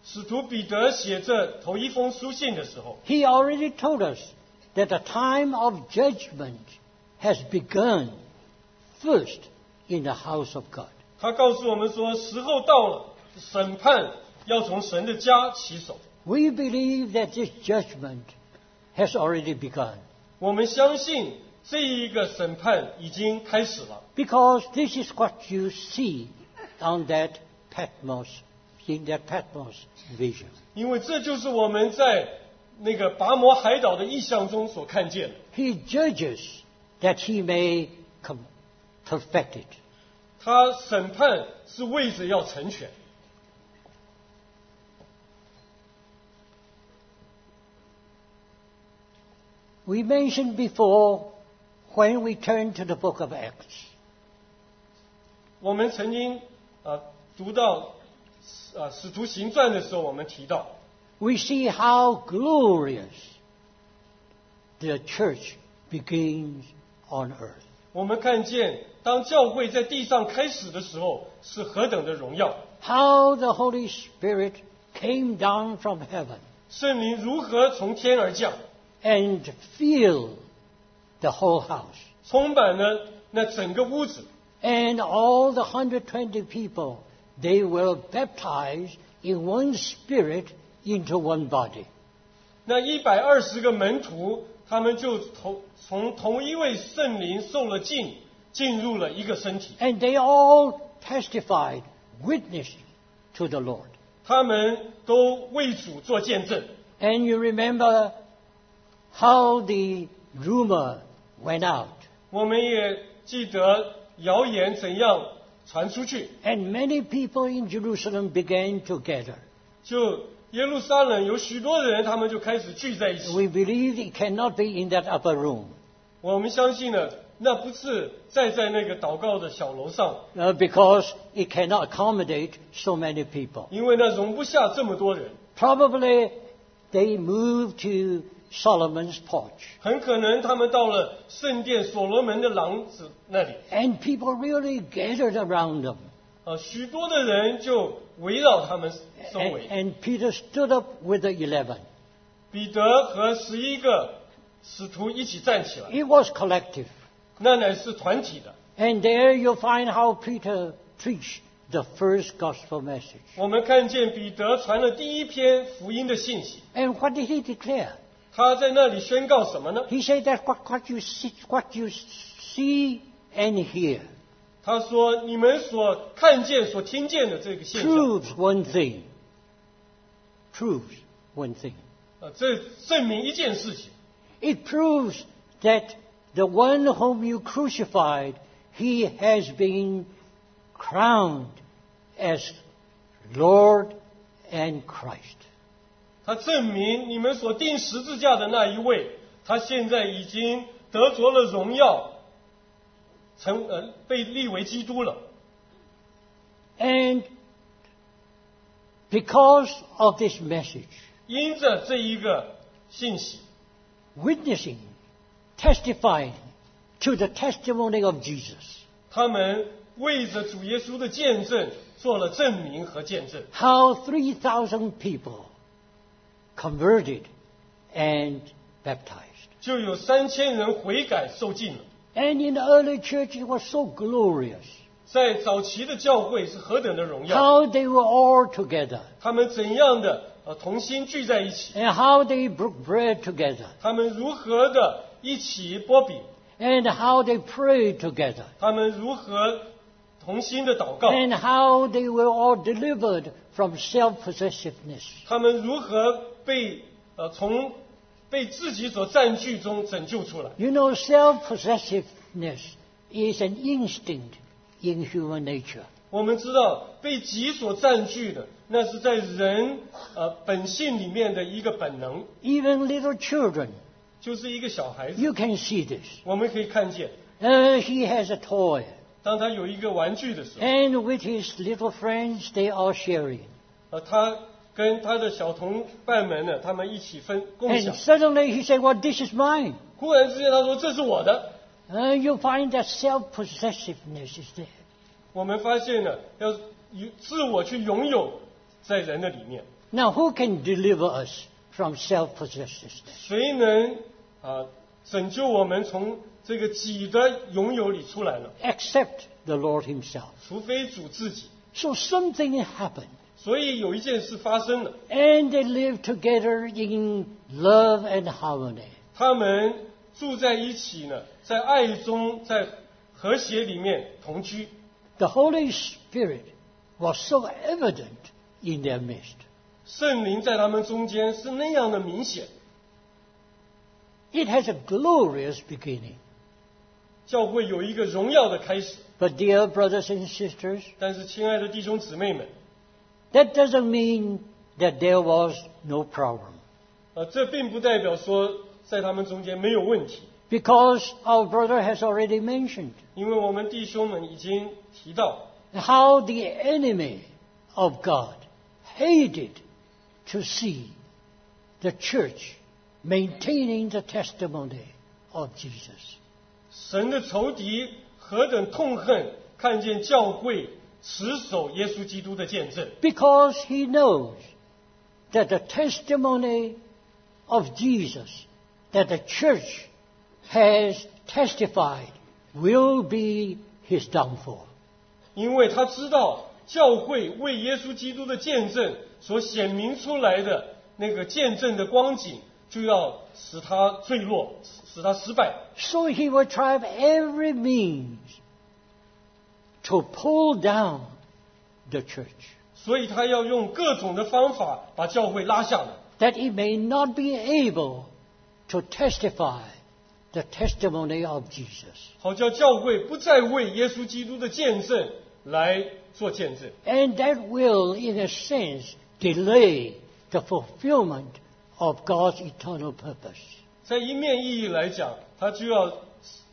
Speaker 2: 使徒彼得写这头一封书信的时候，
Speaker 1: He already told us that the time of judgment has begun first in the house of God.
Speaker 2: 他告诉我们说，时候到了，审判要从神的家起手。
Speaker 1: We believe that this judgment has already begun
Speaker 2: 我们相信这一个审判已经开始了，
Speaker 1: because this is what you see on that Patmos, in that Patmos vision.
Speaker 2: 因为这就是我们在那个拔摩海岛的意象中所看见的。
Speaker 1: He judges that he may com- perfect it.
Speaker 2: 他审判是为着要成全。
Speaker 1: We mentioned before when we turn to the book of Acts.
Speaker 2: 我们曾经啊读到啊《使徒行传》的时候，我们提到，
Speaker 1: We see how glorious the church begins on earth.
Speaker 2: 我们看见当教会在地上开始的时候是何等的荣耀，
Speaker 1: How the Holy Spirit came down from heaven
Speaker 2: 圣灵如何从天而降，
Speaker 1: and filled the whole house.
Speaker 2: 充满了那整个屋子，
Speaker 1: And all the 120 people, they were baptized in one spirit into one body.
Speaker 2: 那一百二十个门徒，他们就同从同一位圣灵受了浸，进入了一个身体。
Speaker 1: And they all testified, witnessed to the Lord.
Speaker 2: 他们都为主做见证。
Speaker 1: And you remember how the rumor went out.
Speaker 2: 我们也记得谣言怎样传出去，
Speaker 1: And many people in Jerusalem began to gather.
Speaker 2: 就耶路撒冷有许多的人，他们就开始聚在一起。
Speaker 1: We believe it cannot be in that upper room
Speaker 2: 我们相信呢，那不是再在那个祷告的小楼上，
Speaker 1: uh, because it cannot accommodate so many people.
Speaker 2: 因为那容不下这么多人，
Speaker 1: Probably they moved to Solomon's porch.
Speaker 2: 很可能他们到了圣殿所罗门的廊子那里，
Speaker 1: And people really gathered around them.
Speaker 2: 啊，许多的人就围绕他们周
Speaker 1: And,
Speaker 2: 围。
Speaker 1: and Peter stood up with the eleven.
Speaker 2: 彼得和十一个使徒一起站起来，
Speaker 1: It was collective.
Speaker 2: 那乃是团体的。
Speaker 1: And there you'll find how Peter preached the first gospel message.
Speaker 2: 我们看见彼得传了第一篇福音的信息，
Speaker 1: And what did he declare?
Speaker 2: 他在那里宣告什么呢？
Speaker 1: He said that what, what, you, see, what you see and hear
Speaker 2: 他说：“你们所看见、所听见的这个现象，
Speaker 1: proves one thing. Proves one thing.
Speaker 2: 啊，这证明一件事情，
Speaker 1: It proves that the one whom you crucified, he has been crowned as Lord and Christ.
Speaker 2: 他证明你们所钉十字架的那一位，他现在已经得着了荣耀，成呃被立为基督了。
Speaker 1: And because of this message,
Speaker 2: 因着这一个信息，
Speaker 1: witnessing, testifying to the testimony of Jesus,
Speaker 2: 他们为着主耶稣的见证做了证明和见证。”
Speaker 1: how 3,000 people converted and baptized.
Speaker 2: 就有三千人悔改受尽了。
Speaker 1: And in the early church, it was so glorious
Speaker 2: 在早期的教会是何等的荣耀，
Speaker 1: how they were all together
Speaker 2: 他们怎样的呃同心聚在一起，
Speaker 1: and how they broke bread together
Speaker 2: 他们如何的一起波饼，
Speaker 1: and how they prayed together
Speaker 2: 他们如何同心的祷告，
Speaker 1: and how they were all delivered from self-possessiveness.
Speaker 2: 他们如何被呃从被自己所占据中拯救出来。
Speaker 1: You know, self-possessiveness is an instinct in human nature.
Speaker 2: 我们知道被己所占据的，那是在人呃本性里面的一个本能，
Speaker 1: Even little children,
Speaker 2: 就是一个小孩子。
Speaker 1: you can see this.
Speaker 2: 我们可以看见，
Speaker 1: Uh, he has a toy,
Speaker 2: 当他有一个玩具的时候。
Speaker 1: and with his little friends, they are sharing.
Speaker 2: 呃，他跟他的小同伴们呢，他们一起分共
Speaker 1: And
Speaker 2: 享。
Speaker 1: suddenly he said, "Well, this is mine."
Speaker 2: 忽然之间，他说：“这是我的。
Speaker 1: Uh, you find that self-possessiveness is there. ”
Speaker 2: 我们发现呢，要有自我去拥有在人的里面，
Speaker 1: Now, who can deliver us from self-possessiveness?
Speaker 2: 谁能啊、拯救我们从这个己的拥有里出来呢？
Speaker 1: Except the Lord Himself.
Speaker 2: 除非主自己。
Speaker 1: So something happened,
Speaker 2: 所以有一件事发生了，
Speaker 1: and they lived together in love and harmony.
Speaker 2: 他们住在一起呢，在爱中，在和谐里面同居。
Speaker 1: The Holy Spirit was so evident in their midst.
Speaker 2: 圣灵在他们中间是那样的明显，
Speaker 1: It has a glorious beginning.
Speaker 2: 教会有一个荣耀的开始。
Speaker 1: But, dear brothers and sisters,
Speaker 2: 但是，亲爱的弟兄姊妹们，
Speaker 1: that doesn't mean that there was no problem.
Speaker 2: 呃，这并不代表说在他们中间没有问题，
Speaker 1: because our brother has already mentioned
Speaker 2: 因为我们弟兄们已经提到，
Speaker 1: how the enemy of God hated to see the church maintaining the testimony of Jesus.
Speaker 2: 神的仇敌何等痛恨看见教会持守耶稣基督的见证，
Speaker 1: Because he knows that the testimony of Jesus that the church has testified will be his downfall.
Speaker 2: 因为他知道教会为耶稣基督的见证所显明出来的那个见证的光景，就要使他坠落，使他失败。
Speaker 1: So he will try every means to pull down the church,
Speaker 2: 所以他要用各种的方法把教会拉下来，
Speaker 1: that he may not be able to testify the testimony of Jesus.
Speaker 2: 好叫教会不再为耶稣基督的见证来做见证。
Speaker 1: And that will, in a sense, delay the fulfillment of God's eternal purpose.
Speaker 2: 在一面意义来讲，他就要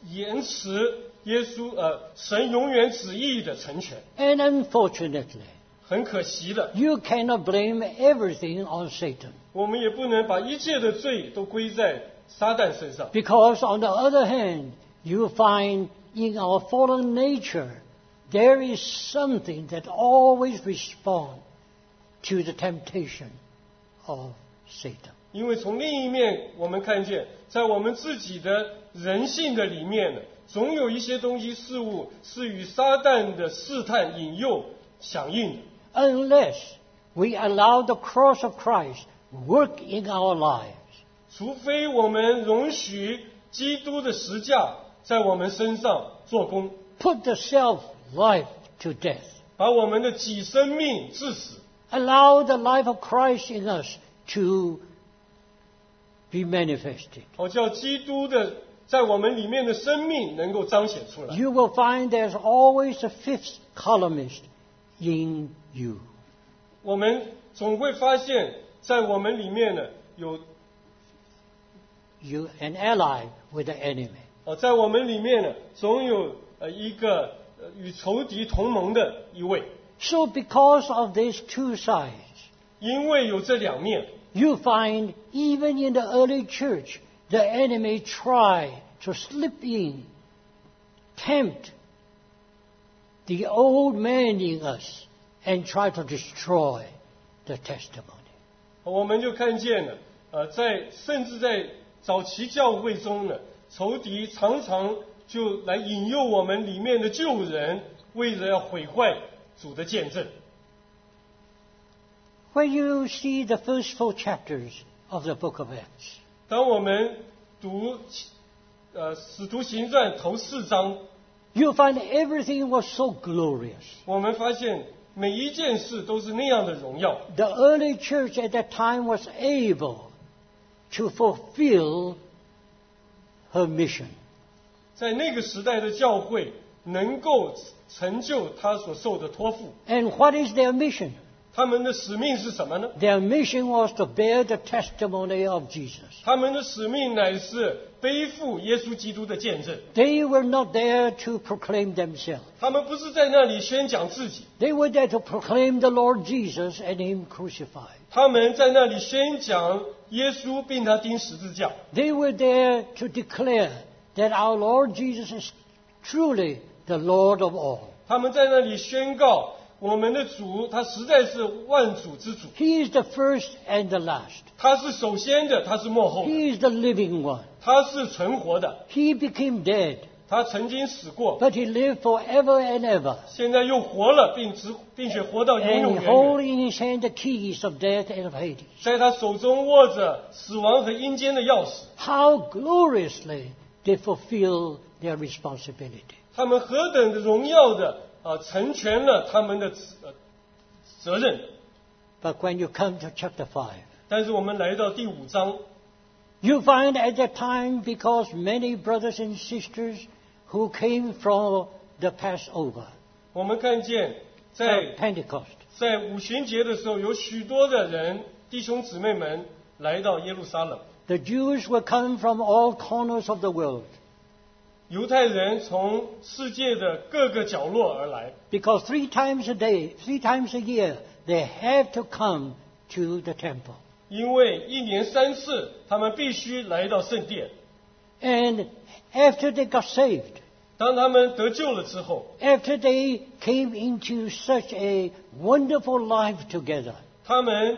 Speaker 2: 延迟耶稣呃神永远旨意的成全。
Speaker 1: And unfortunately,
Speaker 2: 很可惜的，
Speaker 1: you cannot blame everything on Satan.
Speaker 2: 我们也不能把一切的罪都归在撒旦身上，
Speaker 1: Because, on the other hand, you find in our fallen nature there is something that always responds to the temptation of Satan.
Speaker 2: 因为从另一面我们看见，在我们自己的人性的里面呢，总有一些东西事物是与撒旦的试探引诱响应的。
Speaker 1: Unless we allow the cross of Christ work in our lives,
Speaker 2: 除非我们容许基督的实价在我们身上做工，
Speaker 1: put the self life to death,
Speaker 2: 把我们的己生命致死，
Speaker 1: allow the life of Christ in us to be manifested.
Speaker 2: 好叫基督的在我们里面的生命能够彰显出来。
Speaker 1: you will find there's always a fifth columnist in you.
Speaker 2: 我们总会发现，在我们里面呢，有
Speaker 1: You an ally with the enemy.
Speaker 2: 呃，在我们里面呢，总有呃一个呃与仇敌同盟的一位，
Speaker 1: So because of these two sides,
Speaker 2: 因为有这两面，
Speaker 1: you find even in the early church, the enemy tried to slip in, tempt the old man in us, and try to destroy the testimony.
Speaker 2: 啊我们就看见了，呃，在甚至在早期教会中呢，仇敌常常就来引诱我们里面的旧人，为了要毁坏主的见证。
Speaker 1: When you see the first four chapters of the book of Acts,
Speaker 2: 当我们读呃《使徒行传》头四章，
Speaker 1: You find everything was so glorious.
Speaker 2: 我们发现每一件事都是那样的荣耀。
Speaker 1: The early church at that time was able to fulfill her mission.
Speaker 2: 在那个时代的教会能够成就他所受的托付。
Speaker 1: And what is their mission?
Speaker 2: 他们的使命是什么呢？
Speaker 1: Their mission was to bear the testimony of Jesus.
Speaker 2: 他们的使命乃是背负耶稣基督的见证。
Speaker 1: They were not there to proclaim themselves.
Speaker 2: 他们不是在那里宣讲自己，
Speaker 1: They were there to proclaim the Lord Jesus and Him crucified.
Speaker 2: 他们在那里宣讲耶稣并他钉十字架。
Speaker 1: They were there to declare that our Lord Jesus is truly the Lord of all.
Speaker 2: 他们在那里宣告我们的主，他实在是万主之主，
Speaker 1: He is the first and the last.
Speaker 2: 他是首先的，他是幕后的，
Speaker 1: He is the living one.
Speaker 2: 他是存活的，
Speaker 1: He became dead,
Speaker 2: 他曾经死过，
Speaker 1: but he lived forever and ever.
Speaker 2: 现在又活了，并直并且活到永永
Speaker 1: And
Speaker 2: 远远
Speaker 1: hold。in his hand the keys of death and of Hades.
Speaker 2: 在他手中握着死亡和阴间的钥匙，
Speaker 1: How gloriously they fulfill their responsibility.
Speaker 2: 他们何等的荣耀的啊、呃成全了他们的责、呃责任。
Speaker 1: But when you come to chapter 5,
Speaker 2: 但是我们来到第五章，
Speaker 1: you find at that time, because many brothers and sisters who came from the Passover,
Speaker 2: 我们看见
Speaker 1: from
Speaker 2: 在
Speaker 1: Pentecost,
Speaker 2: 在五旬节的时候，有许多的人弟兄姊妹们来到耶路撒冷，
Speaker 1: The Jews were coming from all corners of the world
Speaker 2: 犹太人从世界的各个角落而来，
Speaker 1: because three times a day, three times a year, they had to come to the temple.
Speaker 2: 因为一年三次他们必须来到圣殿。
Speaker 1: And after they got saved,
Speaker 2: 当他们得救了之后，
Speaker 1: after they came into such a wonderful life together,
Speaker 2: 他们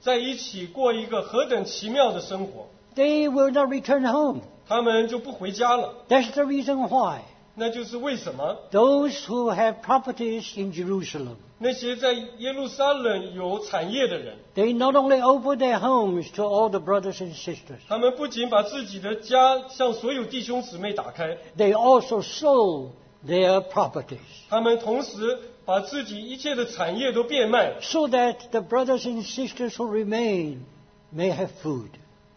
Speaker 2: 在一起过一个何等奇妙的生活，
Speaker 1: they will not return home.
Speaker 2: 他们就不回家了。
Speaker 1: That's the reason why
Speaker 2: 那就是为什么
Speaker 1: those who have properties in Jerusalem,
Speaker 2: 那些在耶路撒冷有产业的人，
Speaker 1: they not only open their homes to all the brothers and sisters,
Speaker 2: 他们不仅把自己的家向所有弟兄姊妹打开，
Speaker 1: they also sold their properties
Speaker 2: 他们同时把自己一切的产业都变卖，
Speaker 1: so that the brothers and sisters who remain may have food.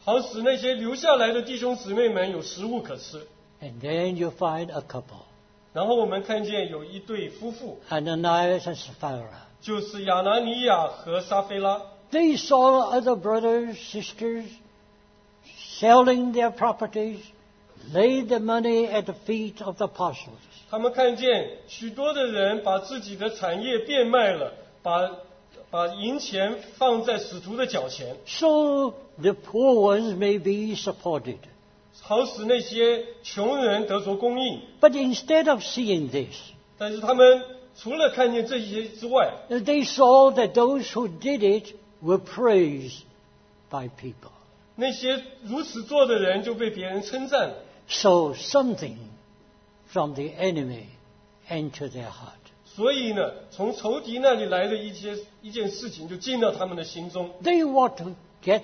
Speaker 2: 好使那些留下来的弟兄姊妹们有食物可吃。
Speaker 1: And then you find a couple,
Speaker 2: 然后我们看见有一对夫妇，
Speaker 1: Ananias and Sapphira.
Speaker 2: 就是亚拿尼亚和撒菲拉，
Speaker 1: They saw other brothers, sisters selling their properties, laid the money at the feet of the apostles.
Speaker 2: 他们看见许多的人把自己的产业变卖了，把把银钱放在使徒的脚前，
Speaker 1: So the poor ones may be supported.
Speaker 2: 好使那些穷人得着供应。
Speaker 1: But instead of seeing this,
Speaker 2: 但是他们除了看见这些之外，
Speaker 1: they saw that those who did it were praised by people.
Speaker 2: 那些如此做的人就被别人称赞了。
Speaker 1: So something from the enemy entered their heart.
Speaker 2: 所以呢，从仇敌那里来的一些一件事情就进到他们的心中，
Speaker 1: They want to get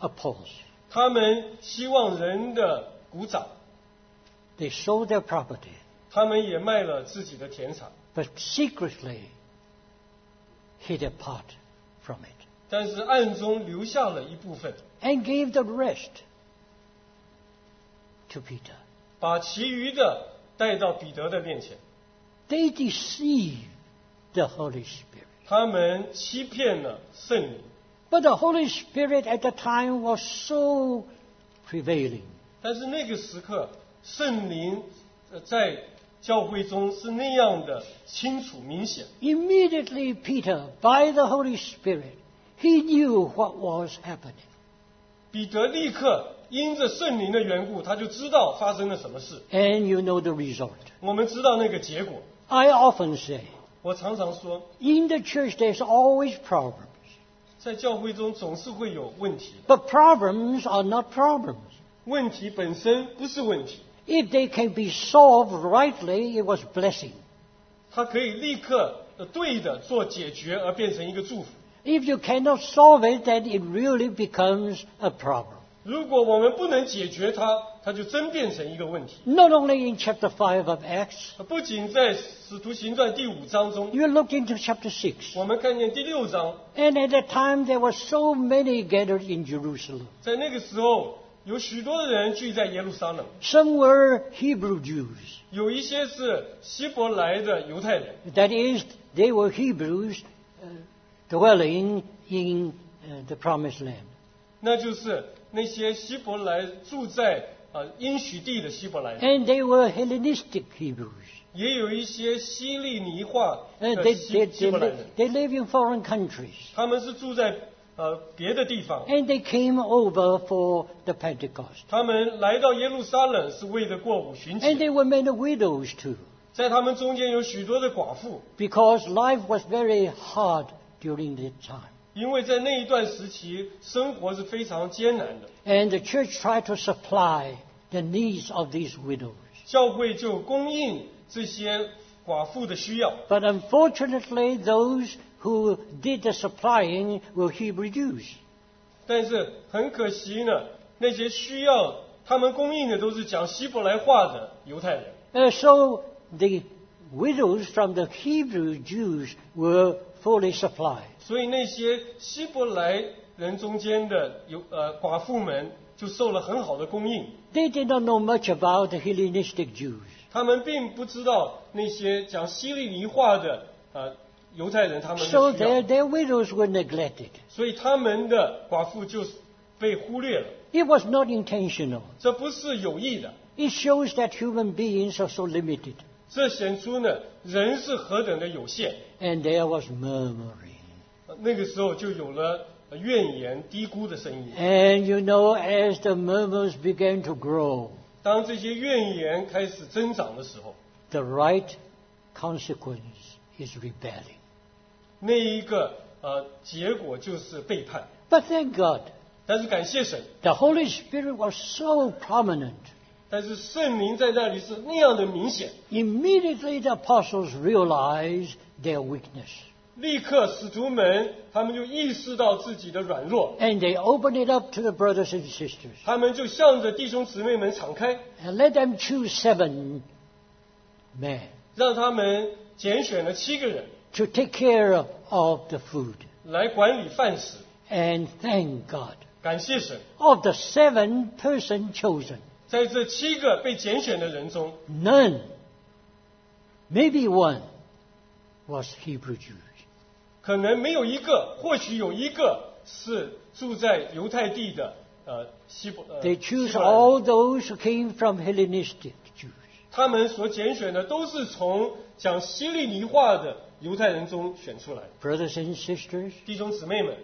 Speaker 1: the applause.
Speaker 2: 他们希望人的鼓掌，
Speaker 1: They sold their property.
Speaker 2: 他们也卖了自己的田产，
Speaker 1: but secretly hid a part from it
Speaker 2: 但是暗中留下了一部分，
Speaker 1: and gave the rest to Peter.
Speaker 2: 把其余的带到彼得的面前。
Speaker 1: They deceived the Holy Spirit.
Speaker 2: 他们欺骗了圣灵，
Speaker 1: But the Holy Spirit at the time was so prevailing
Speaker 2: 但是那个时刻，圣灵呃在教会中是那样的清楚明显。
Speaker 1: Immediately, Peter, by the Holy Spirit, he knew what was happening.
Speaker 2: 彼得立刻因着圣灵的缘故，他就知道发生了什么事。
Speaker 1: And you know the result.
Speaker 2: 我们知道那个结果。
Speaker 1: I often say,
Speaker 2: 我常常说，
Speaker 1: in the church there's always problems,
Speaker 2: 在教会中总是会有问题，
Speaker 1: but problems are not problems.
Speaker 2: 问题本身不是问题，
Speaker 1: If they can be solved rightly, it was blessing.
Speaker 2: 它可以立刻呃对的做解决，而变成一个祝福。
Speaker 1: If you cannot solve it, then it really becomes a problem.
Speaker 2: 如果我们不能解决它，它就真变成一个问题。
Speaker 1: Not only in chapter 5 of Acts,
Speaker 2: 不仅在《使徒行传》第五章中，
Speaker 1: you look into chapter 6,
Speaker 2: 我们看见第六章，
Speaker 1: and at that time there were so many gathered in Jerusalem.
Speaker 2: 在那个时候有许多的人聚在耶路撒冷，
Speaker 1: Some were Hebrew Jews,
Speaker 2: 有一些是希伯来的犹太人，
Speaker 1: that is, they were Hebrews uh, dwelling in uh, the promised land.
Speaker 2: 那就是那些希伯来住在呃应许地的希伯来人。
Speaker 1: And they were Hellenistic Hebrews.
Speaker 2: 也有一些希利尼化
Speaker 1: And
Speaker 2: 的
Speaker 1: they,
Speaker 2: 希
Speaker 1: they,
Speaker 2: 希
Speaker 1: they,
Speaker 2: 伯来
Speaker 1: li-
Speaker 2: 人，
Speaker 1: they live in foreign countries.
Speaker 2: 他们是住在呃别的地方，
Speaker 1: And they came over for the Pentecost.
Speaker 2: 他们来到耶路撒冷是为了过五旬
Speaker 1: And
Speaker 2: 节，
Speaker 1: they were many widows too,
Speaker 2: 在他们中间有许多的寡妇，
Speaker 1: because life was very hard during that time.
Speaker 2: 因为在那一段时期生活是非常艰难的，
Speaker 1: And the church tried to supply the needs of these widows.
Speaker 2: 教会就供应这些寡妇的需要，
Speaker 1: But unfortunately, those who did the supplying were Hebrew Jews.
Speaker 2: 但是很可惜呢，那些需要他们供应的都是讲希伯来话的犹太人，
Speaker 1: Uh, so the widows from the Hebrew Jews were fully supplied.
Speaker 2: 所以那些希伯来人中间的有呃寡妇们就受了很好的供应，
Speaker 1: They did not know much about the Hellenistic Jews.
Speaker 2: 他们并不知道那些讲希利尼话的呃犹太人他们
Speaker 1: So
Speaker 2: 的需
Speaker 1: their,
Speaker 2: 要，
Speaker 1: their widows were neglected.
Speaker 2: 所以他们的寡妇就被忽略了。
Speaker 1: It was not intentional.
Speaker 2: 这不是有意的，
Speaker 1: It shows that human beings are so limited.
Speaker 2: 这显出呢人是何等的有限。呃
Speaker 1: And there was murmuring.
Speaker 2: 那个时候就有了呃怨言、低估的声音。
Speaker 1: And you know, as the murmurs began to grow,
Speaker 2: 当这些怨言开始增长的时候，
Speaker 1: the right consequence is rebelling.
Speaker 2: 那一个呃结果就是背叛。
Speaker 1: But thank God,
Speaker 2: 但是感谢神，
Speaker 1: the Holy Spirit was so prominent.
Speaker 2: 但是圣灵在那里是那样的明显，
Speaker 1: Immediately the apostles realized their weakness.
Speaker 2: 立刻使徒们他们就意识到自己的软弱，
Speaker 1: And they opened it up to the brothers and sisters
Speaker 2: 他们就向着弟兄姊妹们敞开，
Speaker 1: and let them choose seven men
Speaker 2: 让他们拣选了七个人
Speaker 1: to take care of the food.
Speaker 2: 来管理饭食。
Speaker 1: And thank God.
Speaker 2: 感谢神，
Speaker 1: Of the seven person chosen,
Speaker 2: 在这七个被拣选的人中，
Speaker 1: none, maybe one, was Hebrew Jews.
Speaker 2: 可能没有一个，或许有一个是住在犹太地的呃希伯呃
Speaker 1: They choose
Speaker 2: 希伯来人
Speaker 1: all those who came from Hellenistic Jews.
Speaker 2: 他们所拣选的都是从讲希利尼话的犹太人中选出来的。
Speaker 1: Brothers and sisters,
Speaker 2: 弟兄姊妹们，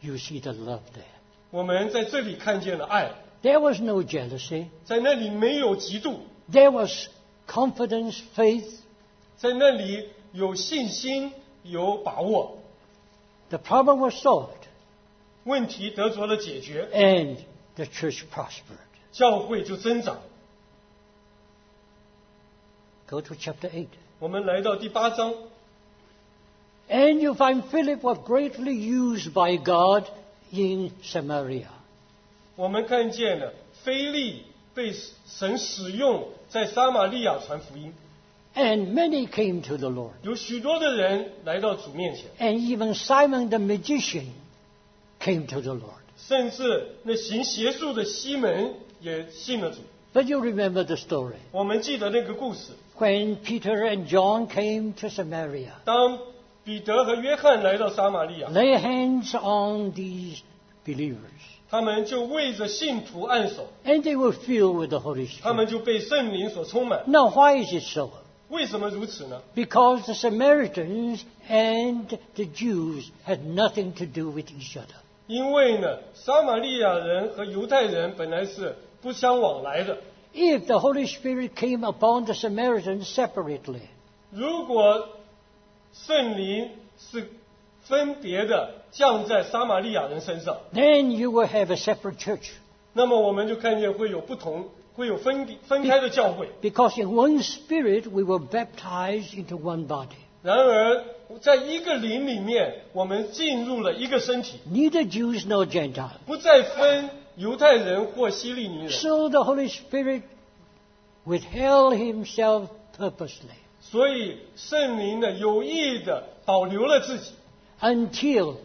Speaker 1: you see the love there.
Speaker 2: 我们在这里看见了爱，
Speaker 1: There was no jealousy.
Speaker 2: 在那里没有嫉妒，
Speaker 1: There was confidence, faith.
Speaker 2: 在那里有信心，有把握，
Speaker 1: The problem was solved,
Speaker 2: 问题得着了解决，
Speaker 1: and the church prospered.
Speaker 2: 教会就增长。
Speaker 1: Go to chapter 8.
Speaker 2: 我们来到第八章，
Speaker 1: And you find Philip was greatly used by God in Samaria.
Speaker 2: 我们看见了菲利被神使用，在撒玛利亚传福音，
Speaker 1: And many came to the Lord.
Speaker 2: 有许多的人来到主面前，
Speaker 1: And even Simon the magician came to the Lord.
Speaker 2: 甚至那行邪术的西门也信了主。
Speaker 1: But you remember the story.
Speaker 2: 我们记得那个故事，
Speaker 1: When Peter and John came to Samaria,
Speaker 2: 当彼得和约翰来到撒玛利亚，
Speaker 1: lay hands on these believers,
Speaker 2: 他们就为着信徒按手，
Speaker 1: and they were filled with the Holy
Speaker 2: 他
Speaker 1: Spirit.
Speaker 2: 们就被圣灵所充满。
Speaker 1: Now, why is it so?
Speaker 2: 为什么如此呢？
Speaker 1: Because the Samaritans and the Jews had nothing to do with each other.
Speaker 2: 因为呢，撒玛利亚人和犹太人本来是不相往来的。
Speaker 1: If the Holy Spirit came upon the Samaritans separately,
Speaker 2: 如果圣灵是分别的降在撒玛利亚人身上，
Speaker 1: then you will have a separate church.
Speaker 2: 那么我们就看见会有不同，会有分分开的教会。
Speaker 1: Because in one spirit we were baptized into one body.
Speaker 2: 然而，在一个灵里面，我们进入了一个身体，
Speaker 1: Neither Jews nor Gentiles.
Speaker 2: 不再分犹太人或希利尼人。
Speaker 1: So the Holy Spirit withheld himself purposely
Speaker 2: 所以，圣灵呢有意的保留了自己，
Speaker 1: until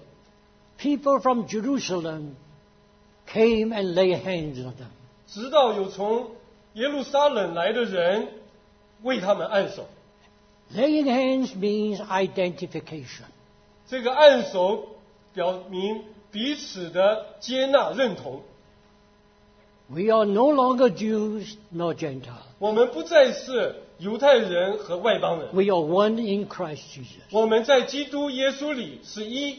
Speaker 1: people from Jerusalem came and laid hands on them.
Speaker 2: 直到有从耶路撒冷来的人为他们按手。
Speaker 1: Laying hands means identification.
Speaker 2: 这个按手表明彼此的接纳、认同。
Speaker 1: We are no longer Jews nor Gentiles.
Speaker 2: 我们不再是犹太人和外邦人，
Speaker 1: We are one in Christ Jesus.
Speaker 2: 我们在基督耶稣里是一，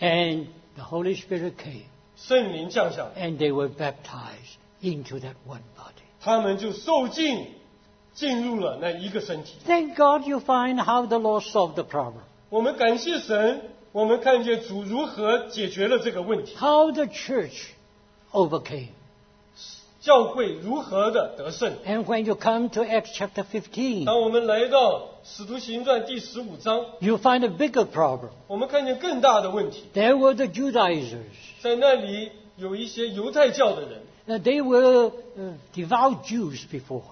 Speaker 1: And the Holy Spirit came
Speaker 2: 圣灵降下来，
Speaker 1: and they were baptized into that one body.
Speaker 2: 他们就受尽进入了那一个身体。
Speaker 1: Thank God you find how the Lord solved the problem.
Speaker 2: 我们感谢神，我们看见主如何解决了这个问题，
Speaker 1: How the church overcame.
Speaker 2: 教会如何的得胜。
Speaker 1: And when you come to Acts chapter 15,
Speaker 2: 当我们来到《使徒行传》第十五章，
Speaker 1: you find a bigger problem.
Speaker 2: 我们看见更大的问题，
Speaker 1: There were the Judaizers.
Speaker 2: 在那里有一些犹太教的人，
Speaker 1: Now, they were uh, devout Jews before.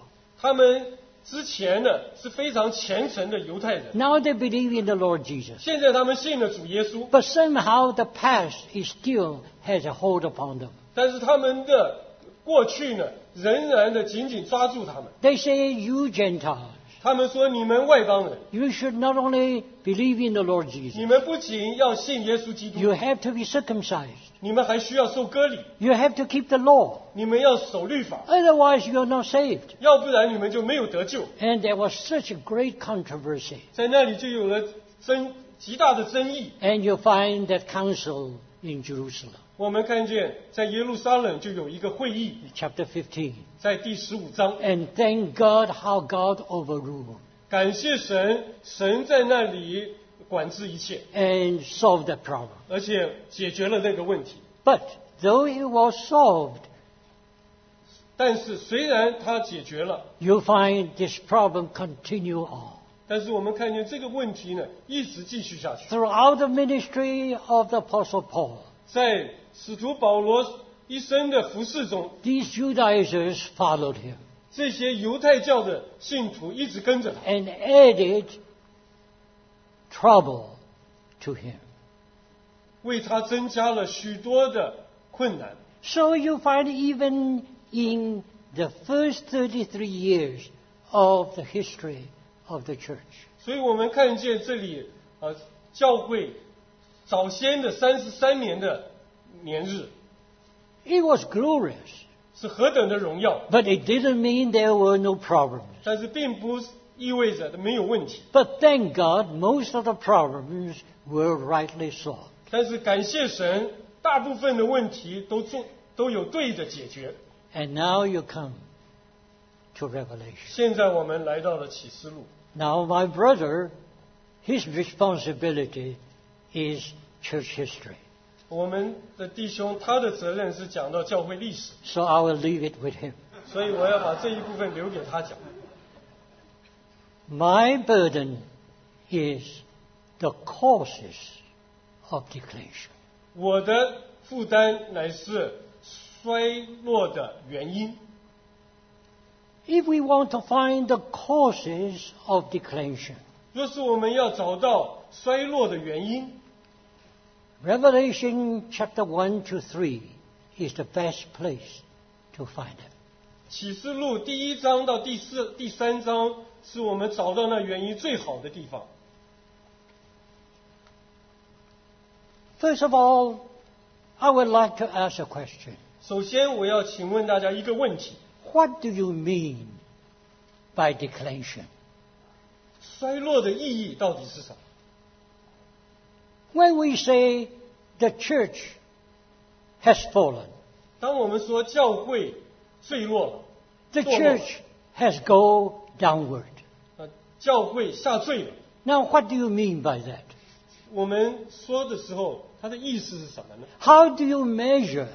Speaker 2: 他们之前呢是非常虔诚的犹太人，
Speaker 1: Now they believe in the Lord Jesus.
Speaker 2: 现在他们信了主耶稣，
Speaker 1: But somehow the past is still has a hold upon them.
Speaker 2: 但是他们的过去呢，仍然的紧紧抓住他们。
Speaker 1: They say, You Gentiles,
Speaker 2: 他们说：“你们外邦人，
Speaker 1: You should not only believe in the Lord
Speaker 2: 你
Speaker 1: Jesus,
Speaker 2: 们不仅要信耶稣基
Speaker 1: you
Speaker 2: 督，
Speaker 1: have to be circumcised.
Speaker 2: 你们还需要受割礼，
Speaker 1: You have to keep the law.
Speaker 2: 你们要守律法，
Speaker 1: Otherwise, you are not saved.
Speaker 2: 要不然你们就没有得救。
Speaker 1: And there was such a great controversy. ”
Speaker 2: 在那里就有了争极大的争议。
Speaker 1: And you find that council in Jerusalem,
Speaker 2: 我们看见在耶路撒冷就有一个会议，
Speaker 1: chapter 15.
Speaker 2: 在第十五章，
Speaker 1: And thank God how God overruled
Speaker 2: 感谢神，神在那里管制一切，
Speaker 1: and solved the problem.
Speaker 2: 而且解决了那个问题。
Speaker 1: But though it was solved,
Speaker 2: 但是虽然他解决了，
Speaker 1: you find this problem continue on.
Speaker 2: 但是我们看见这个问题呢，一直继续下去。
Speaker 1: Throughout the ministry of the Apostle Paul,
Speaker 2: 在使徒保罗一生的服侍中，
Speaker 1: these Judaizers followed him
Speaker 2: 这些犹太教的信徒一直跟着他，
Speaker 1: and added trouble to him.
Speaker 2: 为他增加了许多的困难。
Speaker 1: So you find even in the first 33 years of the history of the church,
Speaker 2: 所以我们看见这里，呃，教会早先的三十三年的年日
Speaker 1: it was glorious,
Speaker 2: 是何等的荣耀，
Speaker 1: but it didn't mean there were no problems.
Speaker 2: 但是并不意味着没有问题。
Speaker 1: But thank God, most of the problems were rightly solved.
Speaker 2: 但是感谢神，大部分的问题都做都有对的解决。
Speaker 1: And now you come to Revelation.
Speaker 2: 现在我们来到了启示录，
Speaker 1: Now, my brother, his responsibility is church history.
Speaker 2: 我们的弟兄他的责任是讲到教会历史，
Speaker 1: So I will leave it with him.
Speaker 2: 所以我要把这一部分留给他讲。
Speaker 1: My burden is the causes of declension.
Speaker 2: 我的负担乃是衰落的原因。
Speaker 1: If we want to find the causes of declension,
Speaker 2: 若是我们要找到衰落的原因，
Speaker 1: Revelation chapter 1 to 3 is the best place to find it.
Speaker 2: 启示录第一章到第四、第三章是我们找到那原因最好的地方。
Speaker 1: First of all, I would like to ask a question.
Speaker 2: 首先，我要请问大家一个问题：
Speaker 1: What do you mean by declension?
Speaker 2: 衰落的意义到底是什么？
Speaker 1: When we say the church has fallen,
Speaker 2: 当我们说教会坠落了，
Speaker 1: the
Speaker 2: Sure.
Speaker 1: church has go downward.
Speaker 2: 呃，教会下坠了，
Speaker 1: Now, what do you mean by that?
Speaker 2: 我们说的时候，它的意思是什么呢？
Speaker 1: How do you measure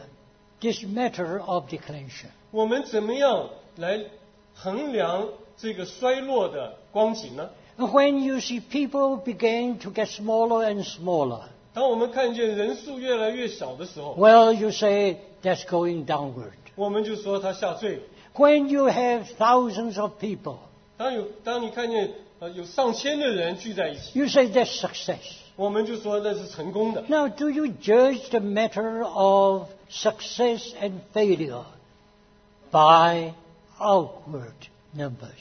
Speaker 1: this matter of declension?
Speaker 2: 我们怎么样来衡量这个衰落的光景呢？
Speaker 1: When you see people begin to get smaller and smaller,
Speaker 2: 当我们看见人数越来越小的时候，
Speaker 1: well, you say that's going downward.
Speaker 2: 我们就说它下坠了。
Speaker 1: When you have thousands of people,
Speaker 2: 当有当你看见呃有上千的人聚在一起，
Speaker 1: you say that's success.
Speaker 2: 我们就说那是成功的。
Speaker 1: Now, do you judge the matter of success and failure by outward numbers?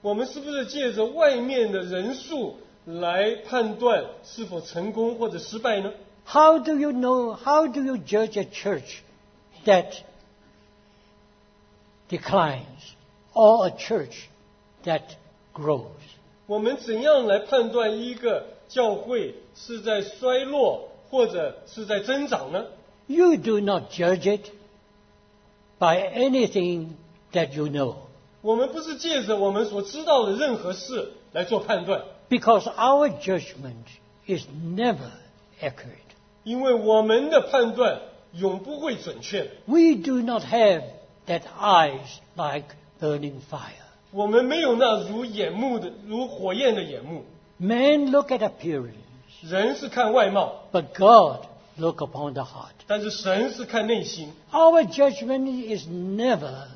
Speaker 2: 我们是不是借着外面的人数来判断是否成功或者失败呢？
Speaker 1: How do you know, how do you judge a church that declines or a church that grows?
Speaker 2: 我们怎样来判断一个教会是在衰落或者是在增长呢？
Speaker 1: You do not judge it by anything that you know.
Speaker 2: 我们不是借着我们所知道的任何事来做判断，
Speaker 1: Because our judgment is never accurate.
Speaker 2: 因为我们的判断永不会准确的。
Speaker 1: We do not have that eyes like burning fire.
Speaker 2: 我们没有那如眼目的、如火焰的眼目。
Speaker 1: Men look at appearance,
Speaker 2: 人是看外貌，
Speaker 1: but God look upon the heart.
Speaker 2: 但是神是看内心。
Speaker 1: Our judgment is never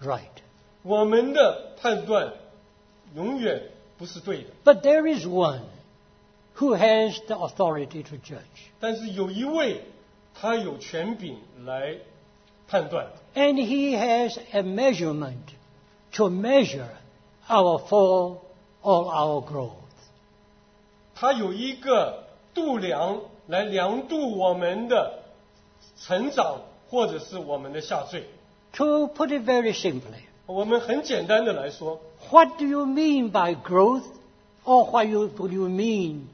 Speaker 1: right.
Speaker 2: 我们的判断永远不是对的，
Speaker 1: But there is one who has the authority to judge.
Speaker 2: 但是有一位他有权柄来判断，
Speaker 1: And he has a measurement to measure our fall or our growth.
Speaker 2: 它有一个度量来量度我们的成长或者是我们的下坠。
Speaker 1: To put it very simply,
Speaker 2: 我们很简单的来说，
Speaker 1: what do you mean by growth or what you, do you mean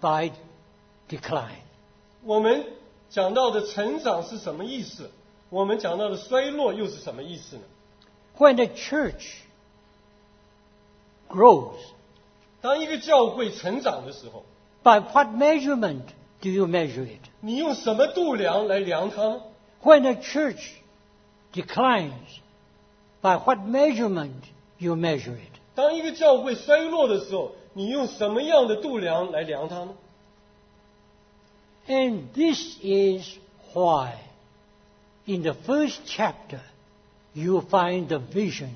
Speaker 1: by decline?
Speaker 2: 我们讲到的成长是什么意思？我们讲到的衰落又是什么意思呢？
Speaker 1: When the church grows,
Speaker 2: 当一个教会成长的时候，
Speaker 1: by what measurement do you measure it?
Speaker 2: 你用什么度量来量它呢？
Speaker 1: When a church declines, by what measurement you measure it?
Speaker 2: 当一个教会衰落的时候，你用什么样的度量来量它呢？
Speaker 1: And this is why, in the first chapter, you find the vision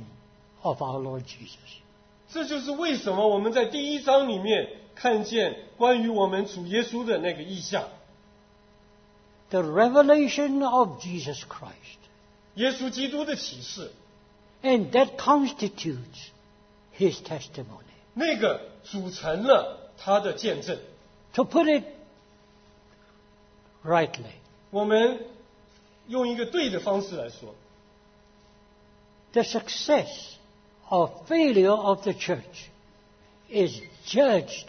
Speaker 1: of our Lord Jesus.
Speaker 2: 这就是为什么我们在第一章里面看见关于我们主耶稣的那个意象，
Speaker 1: The revelation of Jesus Christ.
Speaker 2: 耶稣基督的启示，
Speaker 1: And that constitutes his testimony.
Speaker 2: 那个组成了他的见证。
Speaker 1: To put it rightly,
Speaker 2: 我们用一个对的方式来说，
Speaker 1: the success or failure of the church is judged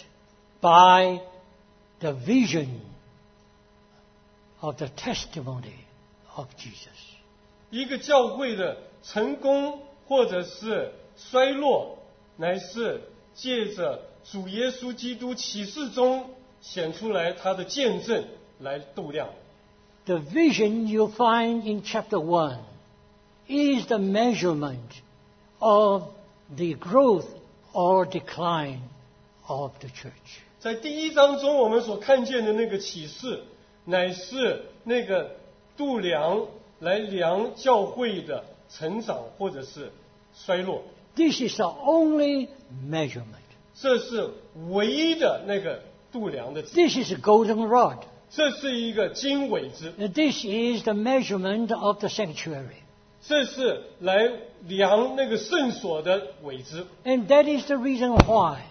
Speaker 1: by the vision of the testimony of Jesus.
Speaker 2: 一个教会的成功或者是衰落，乃是借着主耶稣基督启示中显出来他的见证来度量。
Speaker 1: The vision you find in chapter 1 is the measurement of the growth or decline of the church.
Speaker 2: 在第一章中，我们所看见的那个启示，乃是那个度量来量教会的成长或者是衰落，
Speaker 1: This is the only measurement.
Speaker 2: 这是唯一的那个度量的指，
Speaker 1: This is a golden rod.
Speaker 2: 这是一个经纬值，
Speaker 1: This is the measurement of the sanctuary.
Speaker 2: 这是来量那个圣所的纬值。
Speaker 1: And that is the reason why,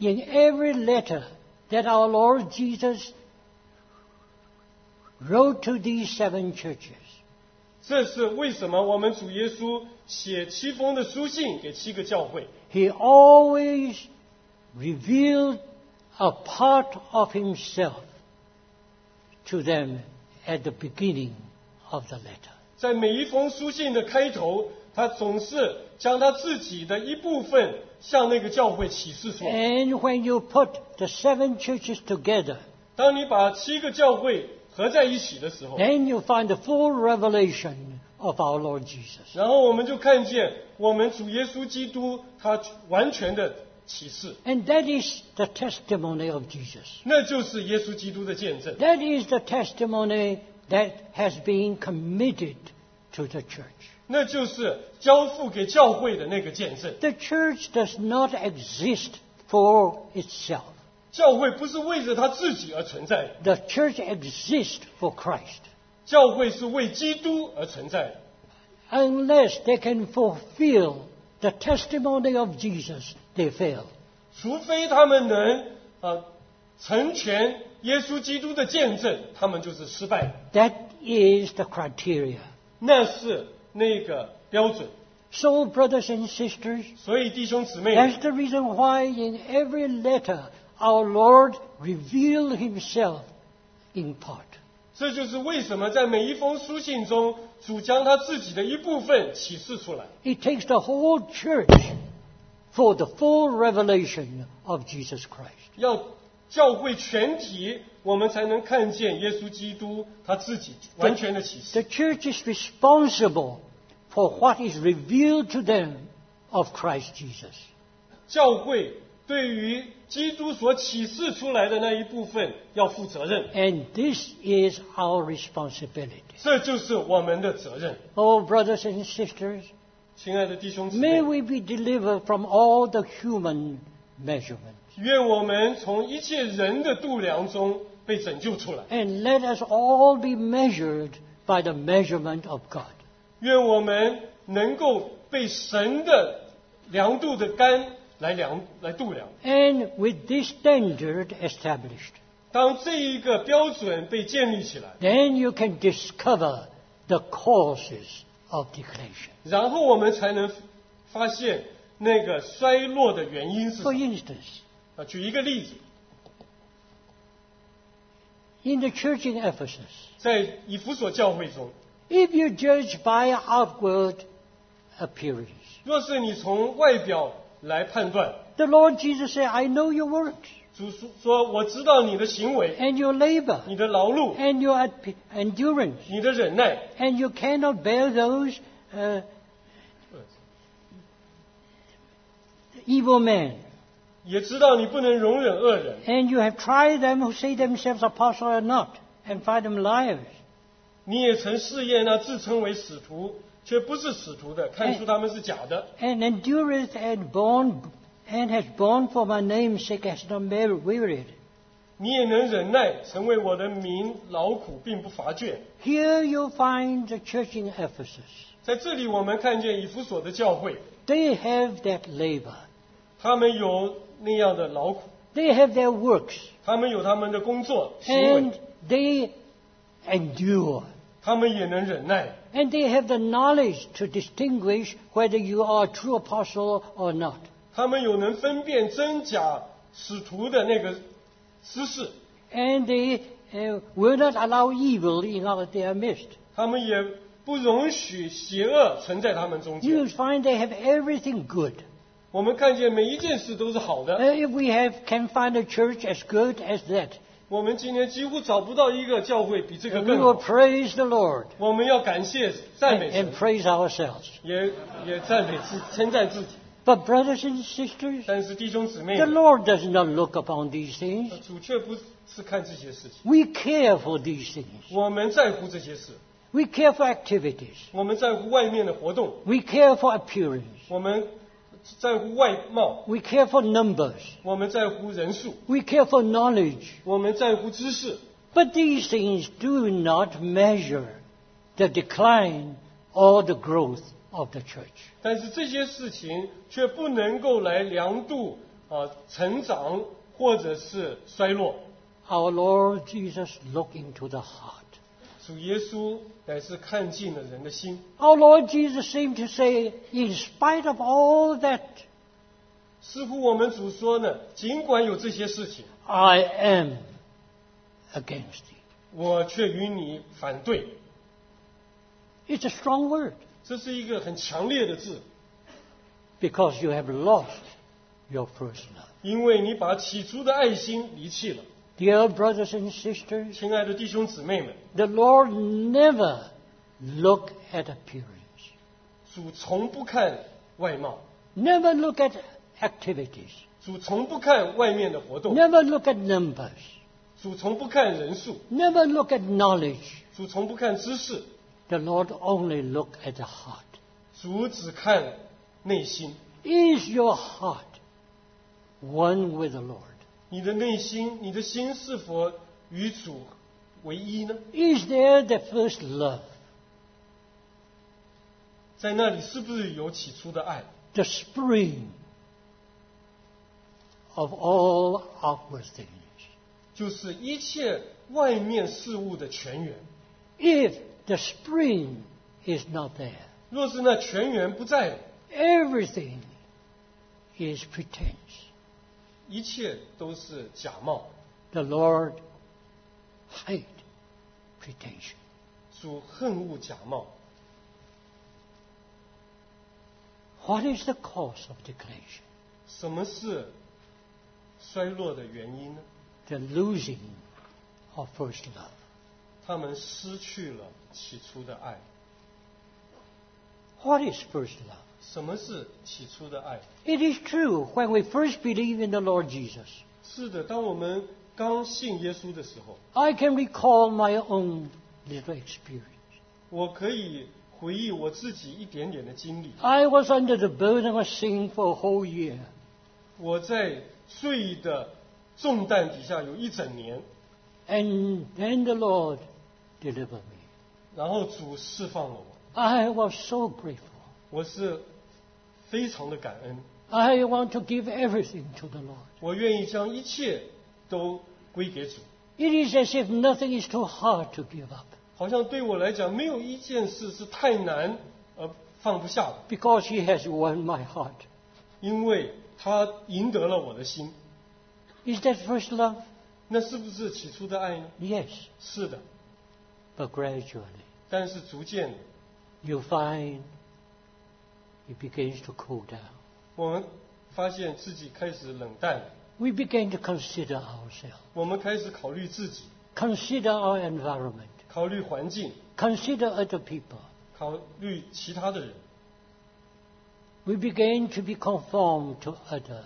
Speaker 1: in every letter that our Lord Jesus wrote to these seven churches,
Speaker 2: 这是为什么我们主耶稣写七封的书信给七个教会，
Speaker 1: he always revealed a part of himself to them at the beginning of the letter.
Speaker 2: 在每一封书信的开头，他总是将他自己的一部分向那个教会启示说。
Speaker 1: And when you put the seven churches together,
Speaker 2: 当你把七个教会合在一起的时候，
Speaker 1: then you find the full revelation of our Lord Jesus.
Speaker 2: 然后我们就看见我们主耶稣基督他完全的启示，
Speaker 1: And that is the testimony of Jesus.
Speaker 2: 那就是耶稣基督的见证，
Speaker 1: That is the testimony that has been committed to the church.
Speaker 2: 那就是交付给教会的那个见证。
Speaker 1: The church does not exist for itself.
Speaker 2: 教会不是为着他自己而存在的，
Speaker 1: The church exists for Christ.
Speaker 2: 教会是为基督而存在的。
Speaker 1: Unless they can fulfill the testimony of Jesus, they fail.
Speaker 2: 除非他们能呃成全耶稣基督的见证，他们就是失败的。
Speaker 1: That is the criteria.
Speaker 2: 那是那个标准。
Speaker 1: So, brothers and sisters,
Speaker 2: 所以弟兄姊妹，
Speaker 1: That's the reason why in every letter our Lord revealed himself in part.
Speaker 2: 这就是为什么在每一封书信中，主将他自己的一部分启示出来。
Speaker 1: It takes the whole church for the full revelation of Jesus Christ.
Speaker 2: 要教会全体，我们才能看见耶稣基督他自己完全的启示。
Speaker 1: The church is responsible for what is revealed to them of Christ Jesus.
Speaker 2: 教会对于基督所启示出来的那一部分要负责任，
Speaker 1: And this is our responsibility.
Speaker 2: 这就是我们的责任。
Speaker 1: Oh, brothers and sisters,
Speaker 2: 亲爱的弟兄姊
Speaker 1: may
Speaker 2: 妹，
Speaker 1: we be delivered from all the human measurement.
Speaker 2: 愿我们从一切人的度量中被拯救出来。
Speaker 1: And let us all be measured by the measurement of God.
Speaker 2: 愿我们能够被神的量度的杆来量来度量。
Speaker 1: And with this standard established,
Speaker 2: 当这一个标准被建立起来，
Speaker 1: then you can discover the causes of declension.
Speaker 2: 然后我们才能发现那个衰落的原因是什
Speaker 1: For
Speaker 2: 么。
Speaker 1: instance,
Speaker 2: 啊，举一个例子，
Speaker 1: in the church in Ephesus,
Speaker 2: 在以弗所教会中，
Speaker 1: if you judge by outward appearance,
Speaker 2: 若是你从外表来判断，
Speaker 1: the Lord Jesus said, I know your works
Speaker 2: 主说说我知道你的行为、
Speaker 1: and your labor
Speaker 2: 你的劳碌、
Speaker 1: and your ap- endurance,
Speaker 2: 你的忍耐，
Speaker 1: and you cannot bear those uh, evil men.
Speaker 2: 也知道你不能容忍恶人，
Speaker 1: And you have tried them who say themselves apostle or not, and find them liars.
Speaker 2: 你也曾试验那自称为使徒却不是使徒的，看出他们是假的，
Speaker 1: and endureth and borne and has borne for my name's sake has not mer- wearied.
Speaker 2: 你也能忍耐，成为我的民，劳苦并不乏倦。
Speaker 1: Here you find the church in Ephesus.
Speaker 2: 在这里，我们看见以弗所的教会，
Speaker 1: They have that labor.
Speaker 2: 他们有那样的劳苦，
Speaker 1: They have their works.
Speaker 2: 他们有他们的工作行为
Speaker 1: And，they endure.
Speaker 2: 他们也能忍耐，
Speaker 1: And they have the knowledge to distinguish whether you are a true apostle or not.
Speaker 2: 他们有能分辨真假使徒的那个知识，
Speaker 1: And they uh, will not allow evil in our, their midst.
Speaker 2: 他们也不容许邪恶存在他们中
Speaker 1: You
Speaker 2: 间。
Speaker 1: will find they have everything good.
Speaker 2: 我们看见每一件事都是好的，
Speaker 1: Uh, if we have, can find a church as good as that,
Speaker 2: 我们今天几乎找不到一个教会比这个
Speaker 1: we
Speaker 2: 更
Speaker 1: will
Speaker 2: 好。
Speaker 1: praise the Lord
Speaker 2: 我们要感谢赞
Speaker 1: and,
Speaker 2: 美神
Speaker 1: and，praise ourselves.
Speaker 2: 也也赞美自称赞自己。
Speaker 1: But brothers and sisters,
Speaker 2: 但是弟兄姊妹
Speaker 1: the，Lord does not look upon these things.
Speaker 2: 主却不是看这些事情，
Speaker 1: We care for these things.
Speaker 2: 我们在乎这些事，
Speaker 1: We care for activities.
Speaker 2: 我们在乎外面的活动，
Speaker 1: We care for appearance.
Speaker 2: 我们在乎外貌，
Speaker 1: We care for numbers.
Speaker 2: 我们在乎人数，
Speaker 1: We care for knowledge.
Speaker 2: 我们在乎知识。
Speaker 1: But these things do not measure the decline or the growth of the church.
Speaker 2: 但是这些事情却不能够来量度啊、成长或者是衰落。
Speaker 1: Our Lord Jesus looked into the heart.
Speaker 2: 主耶稣乃是看尽了人的心。
Speaker 1: Our Lord Jesus seemed to say, in spite of all that,
Speaker 2: 似乎我们主说呢，尽管有这些事情，
Speaker 1: I am against thee.
Speaker 2: 我却与你反对。
Speaker 1: It's a strong word
Speaker 2: 这是一个很强烈的字，
Speaker 1: because you have lost your first love.
Speaker 2: 因为你把起初的爱心离弃了。
Speaker 1: Dear brothers and sisters,
Speaker 2: 亲爱的弟兄姊妹们，
Speaker 1: the Lord never look at appearance,
Speaker 2: 主从不看外貌，
Speaker 1: never look at activities,
Speaker 2: 主从不看外面的活动，
Speaker 1: never look at numbers,
Speaker 2: 主从不看人数，
Speaker 1: never look at knowledge.
Speaker 2: 主从不看知识，
Speaker 1: The Lord only look at the heart.
Speaker 2: 主只看内心。
Speaker 1: Is your heart one with the Lord?
Speaker 2: 你的内心，你的心是否与主为一呢？
Speaker 1: Is there the first love,
Speaker 2: 在那里是不是有起初的爱，
Speaker 1: the spring of all outward things?
Speaker 2: 就是一切外面事物的泉源？
Speaker 1: If the spring is not there,
Speaker 2: 若是那泉源不在了，
Speaker 1: everything is pretense.
Speaker 2: 一切都是假冒。
Speaker 1: The Lord hate pretension.
Speaker 2: 主恨恶假冒，
Speaker 1: What is the cause of declension?
Speaker 2: 什么是衰落的原因呢？
Speaker 1: The losing of first love.
Speaker 2: 他们失去了起初的爱。
Speaker 1: What is first love?
Speaker 2: 什么是起初的爱？
Speaker 1: It is true when we first believe in the Lord Jesus.
Speaker 2: 是的，当我们刚信耶稣的时候，
Speaker 1: I can recall my own little experience.
Speaker 2: 我可以回忆我自己一点点的经历。
Speaker 1: I was under the burden of sin for a whole year.
Speaker 2: 我在罪的重担底下有一整年，
Speaker 1: And then the Lord delivered me.
Speaker 2: 然后主释放了我，
Speaker 1: I was so grateful.
Speaker 2: 我是非常的感恩，
Speaker 1: I want to give everything to the Lord.
Speaker 2: 我愿意将一切都归给主。
Speaker 1: It is as if nothing is too hard to give up
Speaker 2: 好像对我来讲，没有一件事是太难而放不下的，
Speaker 1: because He has won my heart.
Speaker 2: 因为他赢得了我的心。
Speaker 1: Is that first love?
Speaker 2: 那是不是起初的爱呢？
Speaker 1: Yes,
Speaker 2: 是的，
Speaker 1: but gradually
Speaker 2: 但是逐渐的，
Speaker 1: you find it begins to cool down.
Speaker 2: 我们发现自己开始冷淡了，
Speaker 1: We begin to consider ourselves,
Speaker 2: 我们开始考虑自己，
Speaker 1: consider our environment,
Speaker 2: 考虑环境，
Speaker 1: consider other people.
Speaker 2: 考虑其他的人，
Speaker 1: We begin to be conformed to other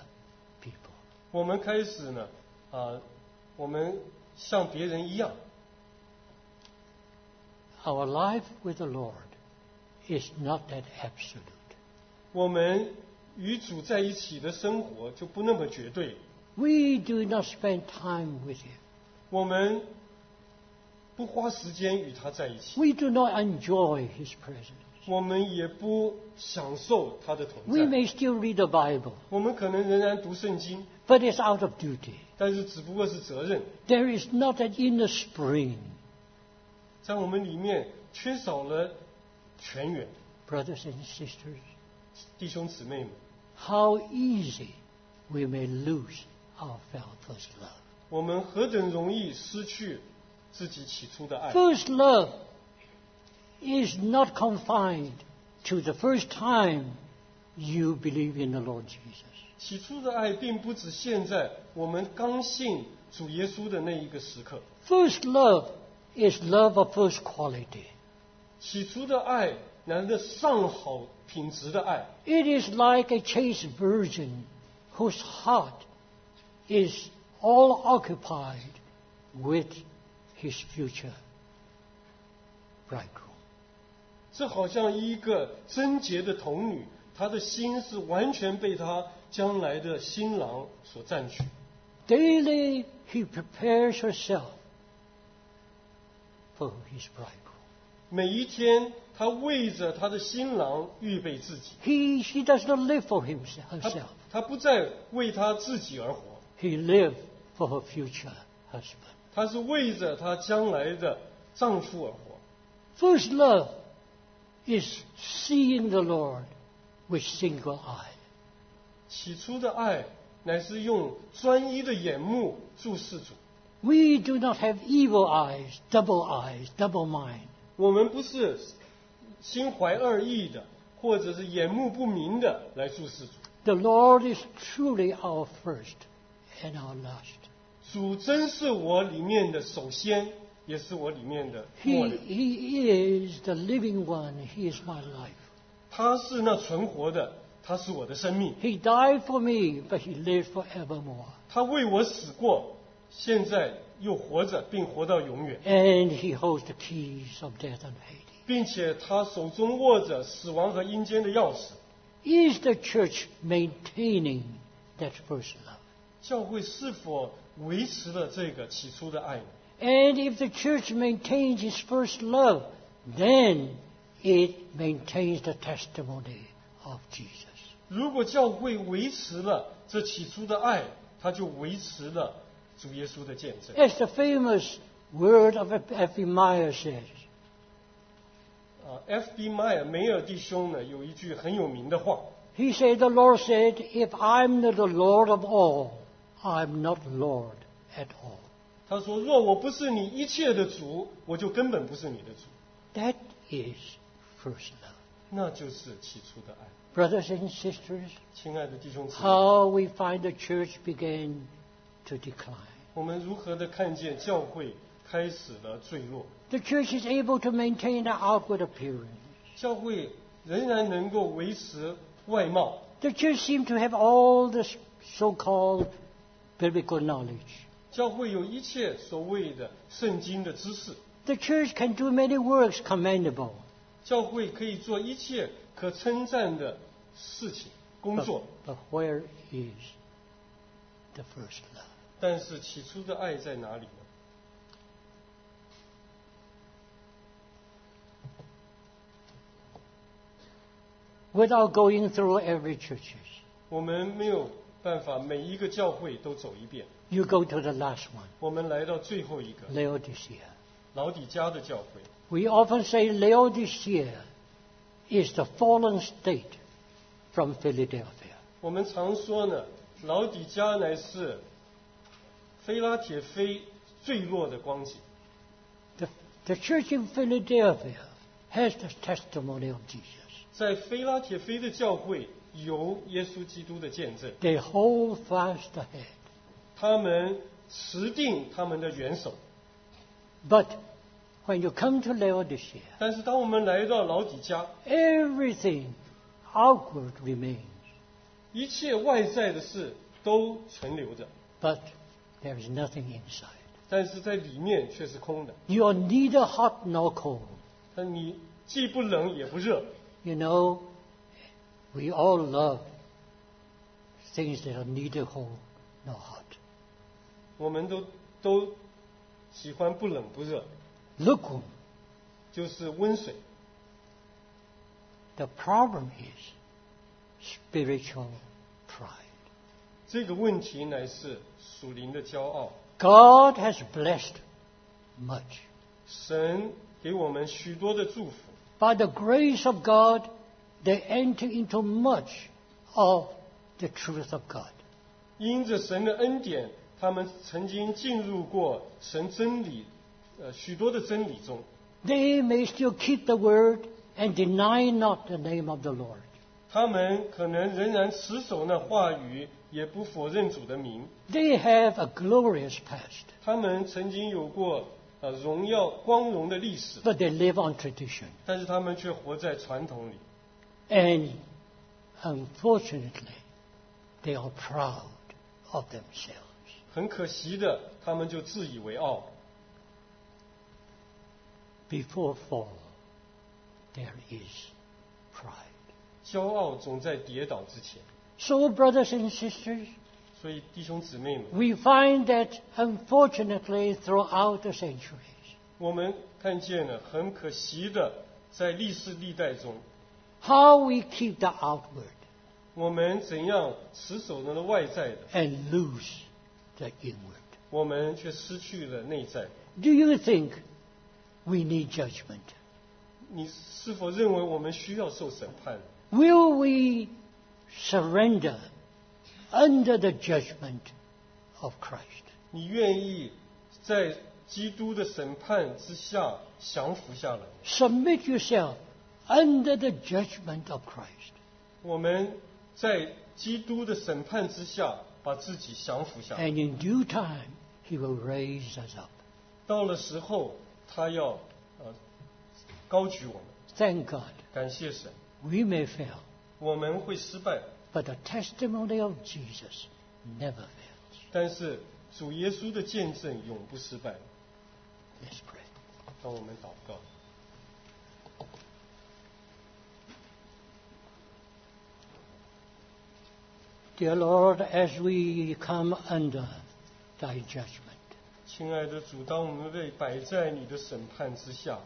Speaker 1: people.
Speaker 2: 我们开始呢，啊、我们像别人一样，
Speaker 1: Our life with the Lord is not that absolute.
Speaker 2: 我们与主在一起的生活就不那么绝对，
Speaker 1: We do not spend time with Him.
Speaker 2: 我们不花时间与他在一起，
Speaker 1: We do not enjoy His presence.
Speaker 2: 我们也不享受他的
Speaker 1: We
Speaker 2: 同在。
Speaker 1: may still read the Bible,
Speaker 2: 我们可能仍然读圣经，
Speaker 1: but it's out of duty.
Speaker 2: 但是只不过是责任，
Speaker 1: There is not that inner spring,
Speaker 2: 在我们里面缺少了全员，
Speaker 1: brothers and sisters.
Speaker 2: 弟兄姊妹们，
Speaker 1: How easy we may lose our felt first love.
Speaker 2: 我们何等容易失去自己起初的爱。
Speaker 1: First love is not confined to the first time you believe in the Lord Jesus.
Speaker 2: 起初的爱并不止现在我们刚信主耶稣的那一个时刻，
Speaker 1: First love is love of first quality.
Speaker 2: 起初的爱乃是上好品质的爱，
Speaker 1: It is like a chaste virgin whose heart is all occupied with his future bridegroom.
Speaker 2: 这好像一个贞洁的童女，她的心是完全被她将来的新郎所占据。
Speaker 1: Daily he prepares herself for his bridegroom.
Speaker 2: 每一天，她为着她的新郎预备自己，
Speaker 1: He, she does not live for himself,
Speaker 2: 她
Speaker 1: herself.
Speaker 2: 她不再为她自己而活，
Speaker 1: He lives for her future husband.
Speaker 2: 她是为着她将来的丈夫而活。
Speaker 1: First love is seeing the Lord with single eye.
Speaker 2: 起初的爱乃是用专一的眼目注视主。
Speaker 1: We do not have evil eyes, double eyes, double mind.
Speaker 2: 我们不是心怀二意的，或者是眼目不明的来注视主。
Speaker 1: The Lord is truly our first and our last.
Speaker 2: 主真是我里面的首先，也是我里面的
Speaker 1: He,
Speaker 2: 末了。
Speaker 1: he is the living one. He is my life.
Speaker 2: 他是那存活的，他是我的生命。
Speaker 1: He died for me, but he lives forevermore.
Speaker 2: 他为我死过，现在又活着，并活到永远，
Speaker 1: And he holds the keys of death and Hades.
Speaker 2: 并且他手中握着死亡和阴间的钥匙。
Speaker 1: Is the church maintaining that first love?
Speaker 2: 教会是否维持了这个起初的爱呢？
Speaker 1: And if the church maintains its first love, then it maintains the testimony of Jesus.
Speaker 2: 如果教会维持了这起初的爱，他就维持了主耶稣的见证。
Speaker 1: As the famous word of Ephemiah says,
Speaker 2: 啊，F.D. 迈尔梅尔弟兄呢有一句很有名的话，
Speaker 1: he said, The Lord said, If I'm not the Lord of all, I'm not Lord at all.
Speaker 2: 他说：“若我不是你一切的主，我就根本不是你的主。
Speaker 1: That is first love. ”
Speaker 2: 那就是起初的爱。
Speaker 1: Brothers and sisters,
Speaker 2: 亲爱的弟兄姊妹，
Speaker 1: how we find the church began to decline.
Speaker 2: 我们如何的看见教会开始了坠落？
Speaker 1: The church is able to maintain an outward appearance.
Speaker 2: 教会仍然能够维持外貌，
Speaker 1: The church seemed to have all the so-called biblical knowledge.
Speaker 2: 教会有一切所谓的圣经的知识，
Speaker 1: The church can do many works commendable,
Speaker 2: 教会可以做一切可称赞的事情工
Speaker 1: but,
Speaker 2: 作，
Speaker 1: but where is the first love?
Speaker 2: 但是起初的爱在哪里呢？
Speaker 1: When without going through every church.
Speaker 2: 我们没有办法每一个教会都走一遍。
Speaker 1: You go to the last one,
Speaker 2: 我们来到最后一个
Speaker 1: Laodicea.
Speaker 2: 老底家的教会，
Speaker 1: We often say Laodicea is the fallen state from Philadelphia.
Speaker 2: 我们常说呢，老底家乃是菲拉铁非坠落的光景。
Speaker 1: The, the church in Philadelphia has the testimony of Jesus.
Speaker 2: 在菲拉铁非的教会有耶稣基督的见证，
Speaker 1: They hold fast the head,
Speaker 2: 他们持定他们的元首。
Speaker 1: but when you come to Laodicea,
Speaker 2: 但是当我们来到老底家，
Speaker 1: everything outward remains,
Speaker 2: 一切外在的事都存留着，
Speaker 1: but there is nothing inside.
Speaker 2: 但是在里面却是空的。
Speaker 1: You are neither hot nor cold.
Speaker 2: 但你既不冷也不热。
Speaker 1: You know, we all love things that are neither cold nor hot.
Speaker 2: 我们都都喜欢不冷不热，
Speaker 1: Lukewarm.
Speaker 2: 就是温水。
Speaker 1: The problem is spiritual pride.
Speaker 2: 这个问题乃是属灵的骄傲。
Speaker 1: God has blessed much.
Speaker 2: 神给我们许多的祝福，
Speaker 1: By the grace of God, they enter into much of the truth of God.
Speaker 2: 因着神的恩典，他们曾经进入过神真理，呃，许多的真理中。
Speaker 1: They may still keep the word and deny not the name of the Lord.
Speaker 2: 他们可能仍然持守那话语，也不否认主的名。
Speaker 1: They have a glorious past,
Speaker 2: 他们曾经有过呃荣耀光荣的历史，
Speaker 1: but they live on tradition.
Speaker 2: 但是他们却活在传统里。
Speaker 1: And unfortunately, they are proud of themselves.
Speaker 2: 很可惜的，他们就自以为傲。
Speaker 1: Before fall, there is pride.
Speaker 2: 骄傲总在跌倒之前。
Speaker 1: So, brothers and sisters,
Speaker 2: 所以弟兄姊妹们，
Speaker 1: we find that unfortunately throughout the centuries,
Speaker 2: 我们看见了很可惜的，在历世历代中，
Speaker 1: how we keep the outward
Speaker 2: 我们怎样持守那个外在的，
Speaker 1: and lose the inward.
Speaker 2: 我们却失去了内在。
Speaker 1: Do you think we need judgment?
Speaker 2: 你是否认为我们需要受审判？
Speaker 1: Will we surrender under the judgment of Christ?
Speaker 2: 你愿意在基督的审判之下降服下来？
Speaker 1: Submit yourself under the judgment of Christ.
Speaker 2: 我们在基督的审判之下把自己降服下来。
Speaker 1: And in due time, He will raise us up.
Speaker 2: 到了时候，他要呃高举我们，
Speaker 1: Thank God.
Speaker 2: 感谢神。
Speaker 1: We may fail,
Speaker 2: 我们会失败，
Speaker 1: but the testimony of Jesus never fails.
Speaker 2: 但是主耶稣的见证永不失败。
Speaker 1: Let's pray.
Speaker 2: 让我们祷告，
Speaker 1: Dear Lord, as we come under Thy judgment,
Speaker 2: 亲爱的主，当我们被摆在你的审判之下，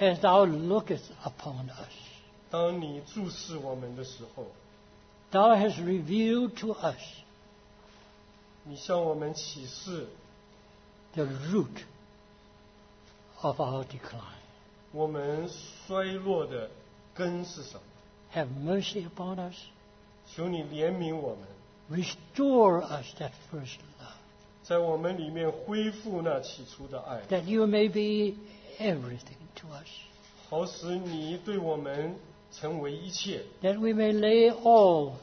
Speaker 1: as Thou lookest upon us,
Speaker 2: 当你注视我们的时候，
Speaker 1: Thou hast revealed to us
Speaker 2: 你向我们启示
Speaker 1: the root of our decline.
Speaker 2: 我们衰落的根是什么。
Speaker 1: Have mercy upon us.
Speaker 2: 求你怜悯我们，
Speaker 1: Restore us that first love,
Speaker 2: 在我们里面恢复那起初的爱，
Speaker 1: that you may be everything to us,
Speaker 2: 好使你对我们成为一切。
Speaker 1: that we may lay all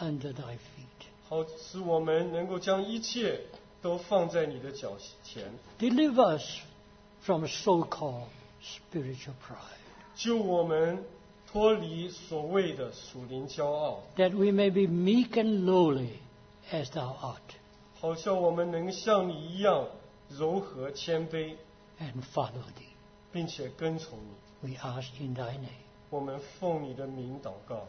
Speaker 1: under thy feet.
Speaker 2: 好使我们能够将一切都放在你的脚前，
Speaker 1: Deliver us from so called spiritual pride,
Speaker 2: 救我们脱离所谓的属灵骄傲，
Speaker 1: that we may be meek and lowly as thou art,
Speaker 2: 好像我们能像你一样柔和谦卑，
Speaker 1: and follow thee.
Speaker 2: 并且跟从你。
Speaker 1: We ask in thy name.
Speaker 2: 我们奉你的名祷告，